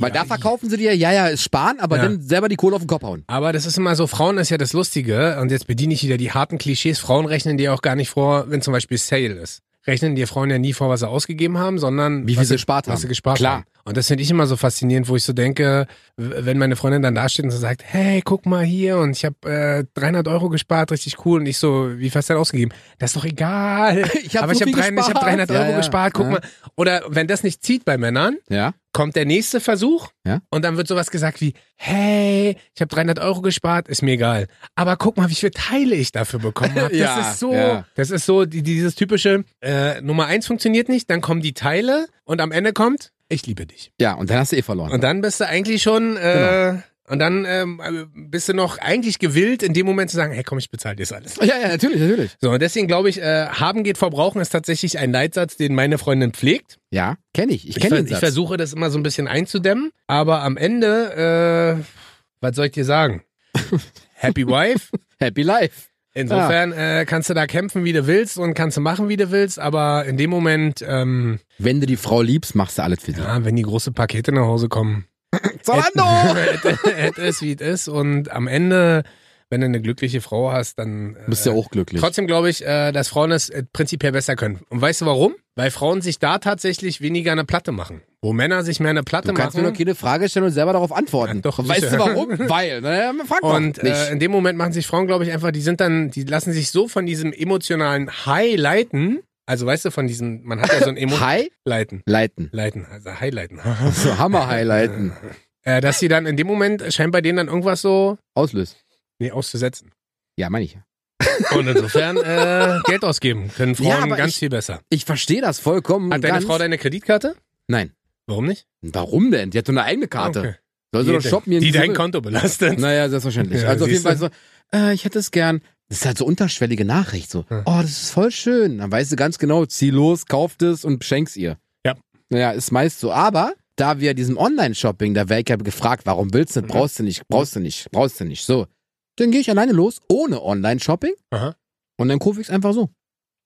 A: Weil da verkaufen sie dir, ja, ja, ist sparen, aber
B: Ja.
A: dann selber die Kohle auf den Kopf hauen.
B: Aber das ist immer so, Frauen ist ja das Lustige, und jetzt bediene ich wieder die harten Klischees, Frauen rechnen dir auch gar nicht vor, wenn zum Beispiel Sale ist. Rechnen dir Frauen ja nie vor, was sie ausgegeben haben, sondern
A: Wie viel
B: was
A: sie gespart
B: was
A: haben.
B: sie gespart
A: Klar.
B: haben. Und das finde ich immer so faszinierend, wo ich so denke, w- wenn meine Freundin dann da steht und so sagt, hey, guck mal hier und ich habe äh, 300 Euro gespart, richtig cool. Und ich so, wie viel hast du denn ausgegeben? Das ist doch egal.
A: Ich hab
B: Aber ich
A: so viel
B: habe hab
A: gespart.
B: 300
A: Ja,
B: Euro
A: ja.
B: gespart, guck
A: Ja.
B: mal. Oder wenn das nicht zieht bei Männern,
A: Ja.
B: kommt der nächste Versuch
A: Ja.
B: und dann wird sowas gesagt wie, hey, ich habe 300 Euro gespart, ist mir egal. Aber guck mal, wie viele Teile ich dafür bekommen habe. Das
A: Ja,
B: ist so,
A: ja.
B: das ist so die, dieses typische, äh, Nummer eins funktioniert nicht, dann kommen die Teile und am Ende kommt, ich liebe dich.
A: Ja, und dann hast du eh verloren.
B: Und dann bist du eigentlich schon, äh,
A: Genau.
B: und dann ähm, bist du noch eigentlich gewillt, in dem Moment zu sagen, hey komm, ich bezahle dir das alles.
A: ja, ja, natürlich, natürlich.
B: So, und deswegen glaube ich, äh, haben geht vor brauchen ist tatsächlich ein Leitsatz, den meine Freundin pflegt.
A: Ja, kenne ich. Ich
B: Ich,
A: kenne
B: ver
A: den
B: ich
A: Satz.
B: versuche das immer so ein bisschen einzudämmen, aber am Ende, äh, was soll ich dir sagen? Happy Wife.
A: Happy Life.
B: Insofern äh, kannst du da kämpfen, wie du willst und kannst du machen, wie du willst, aber in dem Moment, ähm,
A: Wenn du die Frau liebst, machst du alles für sie.
B: ja, wenn die großen Pakete nach Hause kommen,
A: Zalando!
B: es ist, wie es ist und am Ende, wenn du eine glückliche Frau hast, dann... Äh,
A: Bist ja auch glücklich.
B: Trotzdem glaube ich, äh, dass Frauen es äh, prinzipiell besser können. Und weißt du warum? Weil Frauen sich da tatsächlich weniger eine Platte machen. Wo Männer sich mehr eine Platte
A: Du kannst
B: machen.
A: mir doch keine Frage stellen und selber darauf antworten.
B: Ja, doch,
A: weißt
B: sicher.
A: du warum? Weil. Naja, frag doch
B: Und
A: nicht.
B: äh, in dem Moment machen sich Frauen, glaube ich, einfach, die sind dann, die lassen sich so von diesem emotionalen High leiten. Also weißt du, von diesem, man hat ja so ein Emo
A: High
B: leiten.
A: leiten.
B: Leiten, also Highlighten.
A: So Hammer highlighten.
B: äh, dass sie dann in dem Moment scheint bei denen dann irgendwas so,
A: Auslöst.
B: nee, auszusetzen.
A: Ja, meine ich.
B: Und insofern äh, Geld ausgeben können Frauen
A: Ja, aber
B: ganz
A: ich-
B: viel besser.
A: Ich verstehe das vollkommen.
B: Hat deine
A: ganz.
B: Frau deine Kreditkarte?
A: Nein.
B: Warum nicht? Ah,
A: Warum denn? Die hat doch eine eigene Karte.
B: Okay.
A: Soll sie
B: Die,
A: doch shoppen hier in
B: die dein
A: Konto.
B: Konto belastet.
A: Naja, selbstverständlich.
B: Ja,
A: also auf jeden Fall
B: siehst
A: so, äh, ich hätte es gern. Das ist halt so unterschwellige Nachricht. So,
B: Hm.
A: oh, das ist voll schön. Dann weißt du ganz genau, zieh los, kauft es und schenk's ihr.
B: Ja.
A: Naja, ist meist so. Aber da wir diesem Online-Shopping, da wär ich ja gefragt, warum willst du nicht,
B: Mhm.
A: brauchst du nicht, brauchst du nicht, brauchst du nicht. So. Dann gehe ich alleine los, ohne Online-Shopping.
B: Aha.
A: Und dann kaufe ich's einfach so.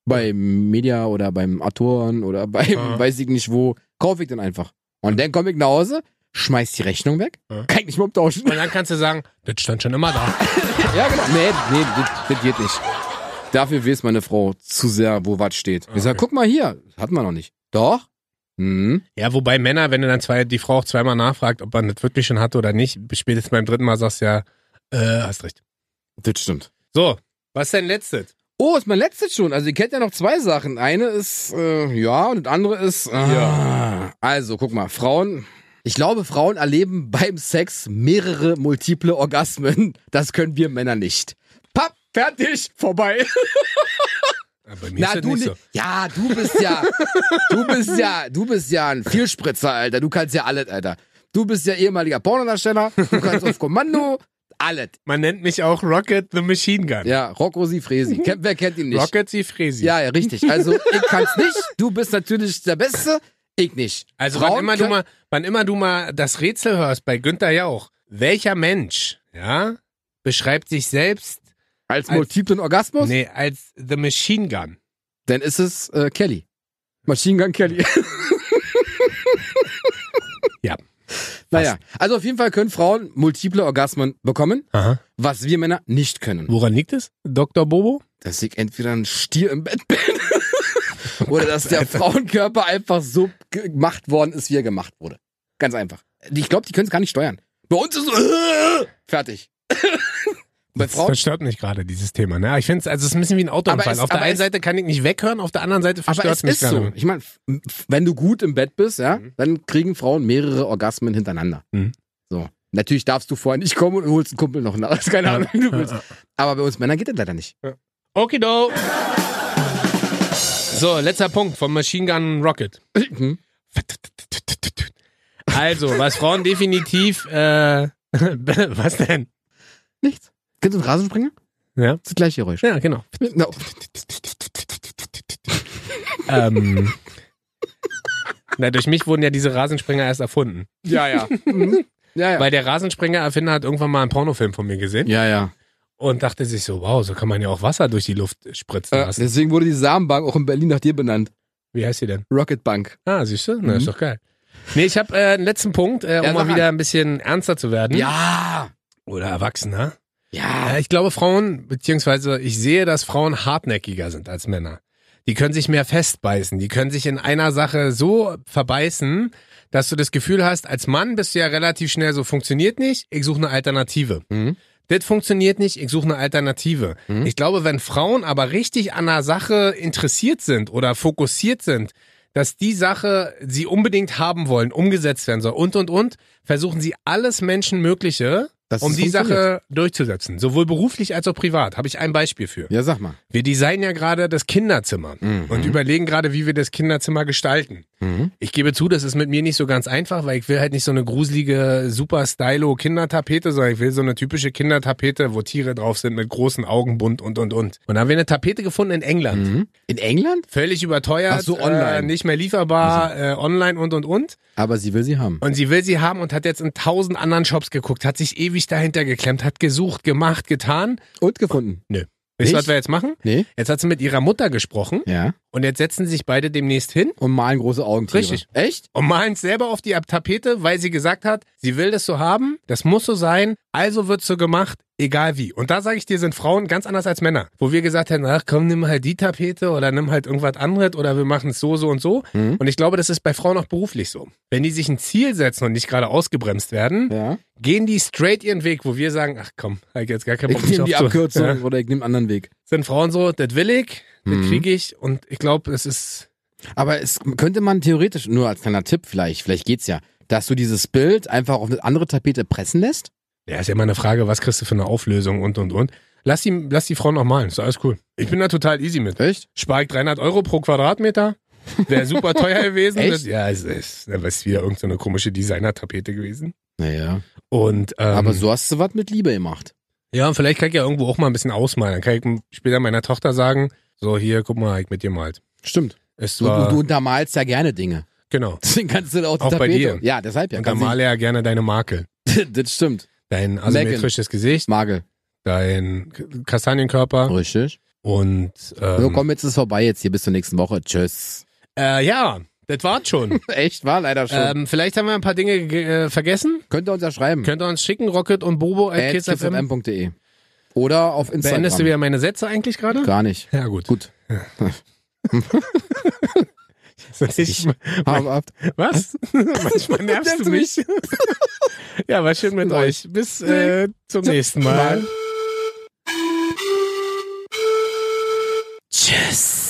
A: Bei Media oder beim Autoren oder beim
B: Ah.
A: weiß ich nicht wo, kaufe ich dann einfach. Und dann komme ich nach Hause, schmeiß die Rechnung weg,
B: Ah.
A: kann ich nicht mehr umtauschen.
B: Und dann kannst du sagen, das stand schon immer da.
A: Ja, genau. Nee, nee, das, das geht nicht. Dafür weiß meine Frau zu sehr, wo was steht. Ich sag,
B: Okay.
A: guck mal hier, hatten wir noch nicht. Doch? Hm.
B: Ja, wobei Männer, wenn du dann zwei, die Frau auch zweimal nachfragt, ob man das wirklich schon hatte oder nicht, spätestens beim dritten Mal sagst du ja, äh, hast recht.
A: Das stimmt.
B: So, was ist dein letztes?
A: Oh, ist mein letztes schon. Also ihr kennt ja noch zwei Sachen. Eine ist, äh, ja, und das andere ist, ah.
B: Ja.
A: Also, guck mal, Frauen. Ich glaube, Frauen erleben beim Sex mehrere multiple Orgasmen. Das können wir Männer nicht. Papp, fertig, vorbei.
B: Bei mir
A: Na, du nicht. Ja, du bist ja, du bist ja, du bist ja ein Vielspritzer, Alter. Du kannst ja alles, Alter. Du bist ja ehemaliger Pornodarsteller, du kannst auf Kommando, alles.
B: Man nennt mich auch Rocket the Machine Gun.
A: Ja, Rocco Sifresi. Kennt- Wer kennt ihn nicht?
B: Rocket sie Fresi.
A: Ja, ja, richtig. Also, ich kann's nicht. Du bist natürlich der Beste, ich nicht.
B: Also wann
A: Frauen
B: immer, du
A: können-
B: mal, wann immer du mal das Rätsel hörst bei Günther Jauch, welcher Mensch, ja, beschreibt sich selbst
A: Als
B: als-
A: multiplen Orgasmus?
B: nee, als The Machine Gun.
A: Dann ist es äh, Kelly. Machine Gun Kelly.
B: Ja.
A: Naja, also auf jeden Fall können Frauen multiple Orgasmen bekommen,
B: Aha.
A: was wir Männer nicht können.
B: Woran liegt es? Dr. Bobo?
A: dass ich entweder ein Stier im Bett bin oder dass der Frauenkörper einfach so ge- gemacht worden ist, wie er gemacht wurde. Ganz einfach. Ich glaube, die können es gar nicht steuern. Bei uns ist es fertig. Bei
B: Das
A: Frauen.
B: verstört mich gerade, dieses Thema. Ne? Ich finde es, also es ist ein bisschen wie ein Autounfall.
A: Aber es-
B: auf der
A: aber
B: einen
A: es-
B: Seite kann ich nicht weghören, auf der anderen Seite
A: Aber
B: verstört
A: es
B: mich
A: ist
B: gerade.
A: so. Ich meine, wenn du gut im Bett bist, ja, dann kriegen Frauen mehrere Orgasmen hintereinander.
B: Mhm.
A: So. Natürlich darfst du vorher nicht kommen und holst einen Kumpel noch nach. Keine Ahnung, wie du willst. Aber bei uns Männern geht das leider nicht.
B: Okido. So, letzter Punkt vom Machine Gun Rocket.
A: Mhm.
B: Also, was Frauen definitiv, äh, was denn?
A: Nichts. Gibt es einen Rasensprenger?
B: Ja.
A: Das ist das gleiche Geräusch.
B: Ja, genau.
A: No.
B: ähm, na, durch mich wurden ja diese Rasensprenger erst erfunden.
A: Ja, ja. Mhm. ja, ja.
B: Weil der Rasensprenger-Erfinder hat irgendwann mal einen Pornofilm von mir gesehen
A: Ja, ja.
B: und dachte sich so, wow, so kann man ja auch Wasser durch die Luft spritzen
A: Äh,
B: lassen.
A: deswegen wurde die Samenbank auch in Berlin nach dir benannt.
B: Wie heißt sie denn?
A: Rocket Bank.
B: Ah, siehst du? Na,
A: Mhm.
B: ist doch geil. Nee, ich habe äh, einen letzten Punkt, äh, um
A: Ja,
B: mal
A: sag
B: wieder ein bisschen ernster zu werden.
A: Ja.
B: Oder erwachsener.
A: Ja.
B: Ja, Äh, ich glaube, Frauen, beziehungsweise ich sehe, dass Frauen hartnäckiger sind als Männer. Die können sich mehr festbeißen. Die können sich in einer Sache so verbeißen, dass du das Gefühl hast, als Mann bist du ja relativ schnell so, funktioniert nicht, ich suche eine Alternative.
A: Mhm.
B: Das funktioniert nicht, ich suche eine Alternative. Ich glaube, wenn Frauen aber richtig an einer Sache interessiert sind oder fokussiert sind, dass die Sache sie unbedingt haben wollen, umgesetzt werden soll und, und, und, versuchen sie alles Menschenmögliche,
A: Dass
B: um
A: es
B: die
A: funktioniert.
B: Sache durchzusetzen. Sowohl beruflich als auch privat. Habe ich ein Beispiel für.
A: Ja, sag mal.
B: Wir designen ja gerade das Kinderzimmer und überlegen gerade, wie wir das Kinderzimmer gestalten.
A: Mhm.
B: Ich gebe zu, das ist mit mir nicht so ganz einfach, weil ich will halt nicht so eine gruselige, super stylo Kindertapete, sondern ich will so eine typische Kindertapete, wo Tiere drauf sind mit großen Augen, bunt und und und. Und da haben wir eine Tapete gefunden in England.
A: Mhm. In England?
B: Völlig überteuert,
A: Ach so, online. Mhm.
B: Äh, nicht mehr lieferbar, äh, online und und und.
A: Aber sie will sie haben.
B: Und sie will sie haben und hat jetzt in tausend anderen Shops geguckt, hat sich ewig dahinter geklemmt, hat gesucht, gemacht, getan.
A: Und gefunden.
B: Weißt du,
A: Nicht?
B: was wir jetzt machen?
A: Nee?
B: Jetzt hat sie mit ihrer Mutter gesprochen
A: Ja.
B: und jetzt setzen sie sich beide demnächst hin
A: Und malen große Augentiere.
B: Richtig.
A: Echt?
B: und malen es selber auf die Ab- Tapete, weil sie gesagt hat, sie will das so haben, das muss so sein, also wird so gemacht, egal wie. Und da sage ich dir, sind Frauen ganz anders als Männer. Wo wir gesagt hätten, ach komm, nimm halt die Tapete oder nimm halt irgendwas anderes oder wir machen es so, so und so.
A: Mhm.
B: Und ich glaube, das ist bei Frauen auch beruflich so. Wenn die sich ein Ziel setzen und nicht gerade ausgebremst werden,
A: Ja.
B: gehen die straight ihren Weg, wo wir sagen, ach komm, hab ich jetzt gar keinen
A: Ich
B: Bock mich
A: nehme die
B: aufzu-
A: Abkürzung
B: Ja.
A: oder ich nehme einen anderen Weg.
B: Sind Frauen so, das will ich, das
A: Mhm.
B: kriege ich und ich glaube, es ist
A: Aber es könnte man theoretisch, nur als kleiner Tipp vielleicht, vielleicht geht's ja, dass du dieses Bild einfach auf eine andere Tapete pressen lässt.
B: Ja, ist ja immer eine Frage, was kriegst du für eine Auflösung und und und. Lass die, lass die Frau noch malen, ist doch alles cool. Ich bin da total easy mit.
A: Echt?
B: Spar ich 300 Euro pro Quadratmeter. Wäre super teuer gewesen.
A: Echt?
B: Das, ja, es ist, ne, das ist wieder irgendeine so eine komische Designer-Tapete gewesen.
A: Naja.
B: Und, ähm,
A: Aber so hast du was mit Liebe gemacht.
B: Ja, und vielleicht kann ich ja irgendwo auch mal ein bisschen ausmalen. Dann kann ich später meiner Tochter sagen, so hier, guck mal, hab ich mit dir malt.
A: Stimmt.
B: Es
A: Du,
B: war,
A: du, du untermalst ja gerne Dinge.
B: genau.
A: Deswegen kannst du da auch die
B: Auch bei
A: Tapete.
B: dir.
A: Ja, deshalb ja.
B: und dann
A: Kannst
B: male ja gerne deine Makel.
A: nicht- das stimmt.
B: Dein asymmetrisches Gesicht,
A: Magel.
B: dein K- Kastanienkörper
A: Richtig.
B: und, ähm,
A: So, komm, jetzt ist vorbei jetzt hier bis zur nächsten Woche. Tschüss.
B: Äh, ja, das war's schon.
A: Echt, war leider schon.
B: ähm, vielleicht haben wir ein paar Dinge ge- äh, vergessen.
A: Könnt ihr uns ja schreiben.
B: Könnt ihr uns schicken, Rocket und Bobo Hm. at
A: At
B: kissfm.
A: kissfm.de. Oder auf Instagram.
B: Beendest du wieder meine Sätze eigentlich gerade?
A: Gar nicht.
B: Ja, gut.
A: Gut.
B: Ich,
A: Hau ab.
B: was? Manchmal nervst du mich. ja, war schön mit euch. Bis äh, zum nächsten Mal.
A: Tschüss.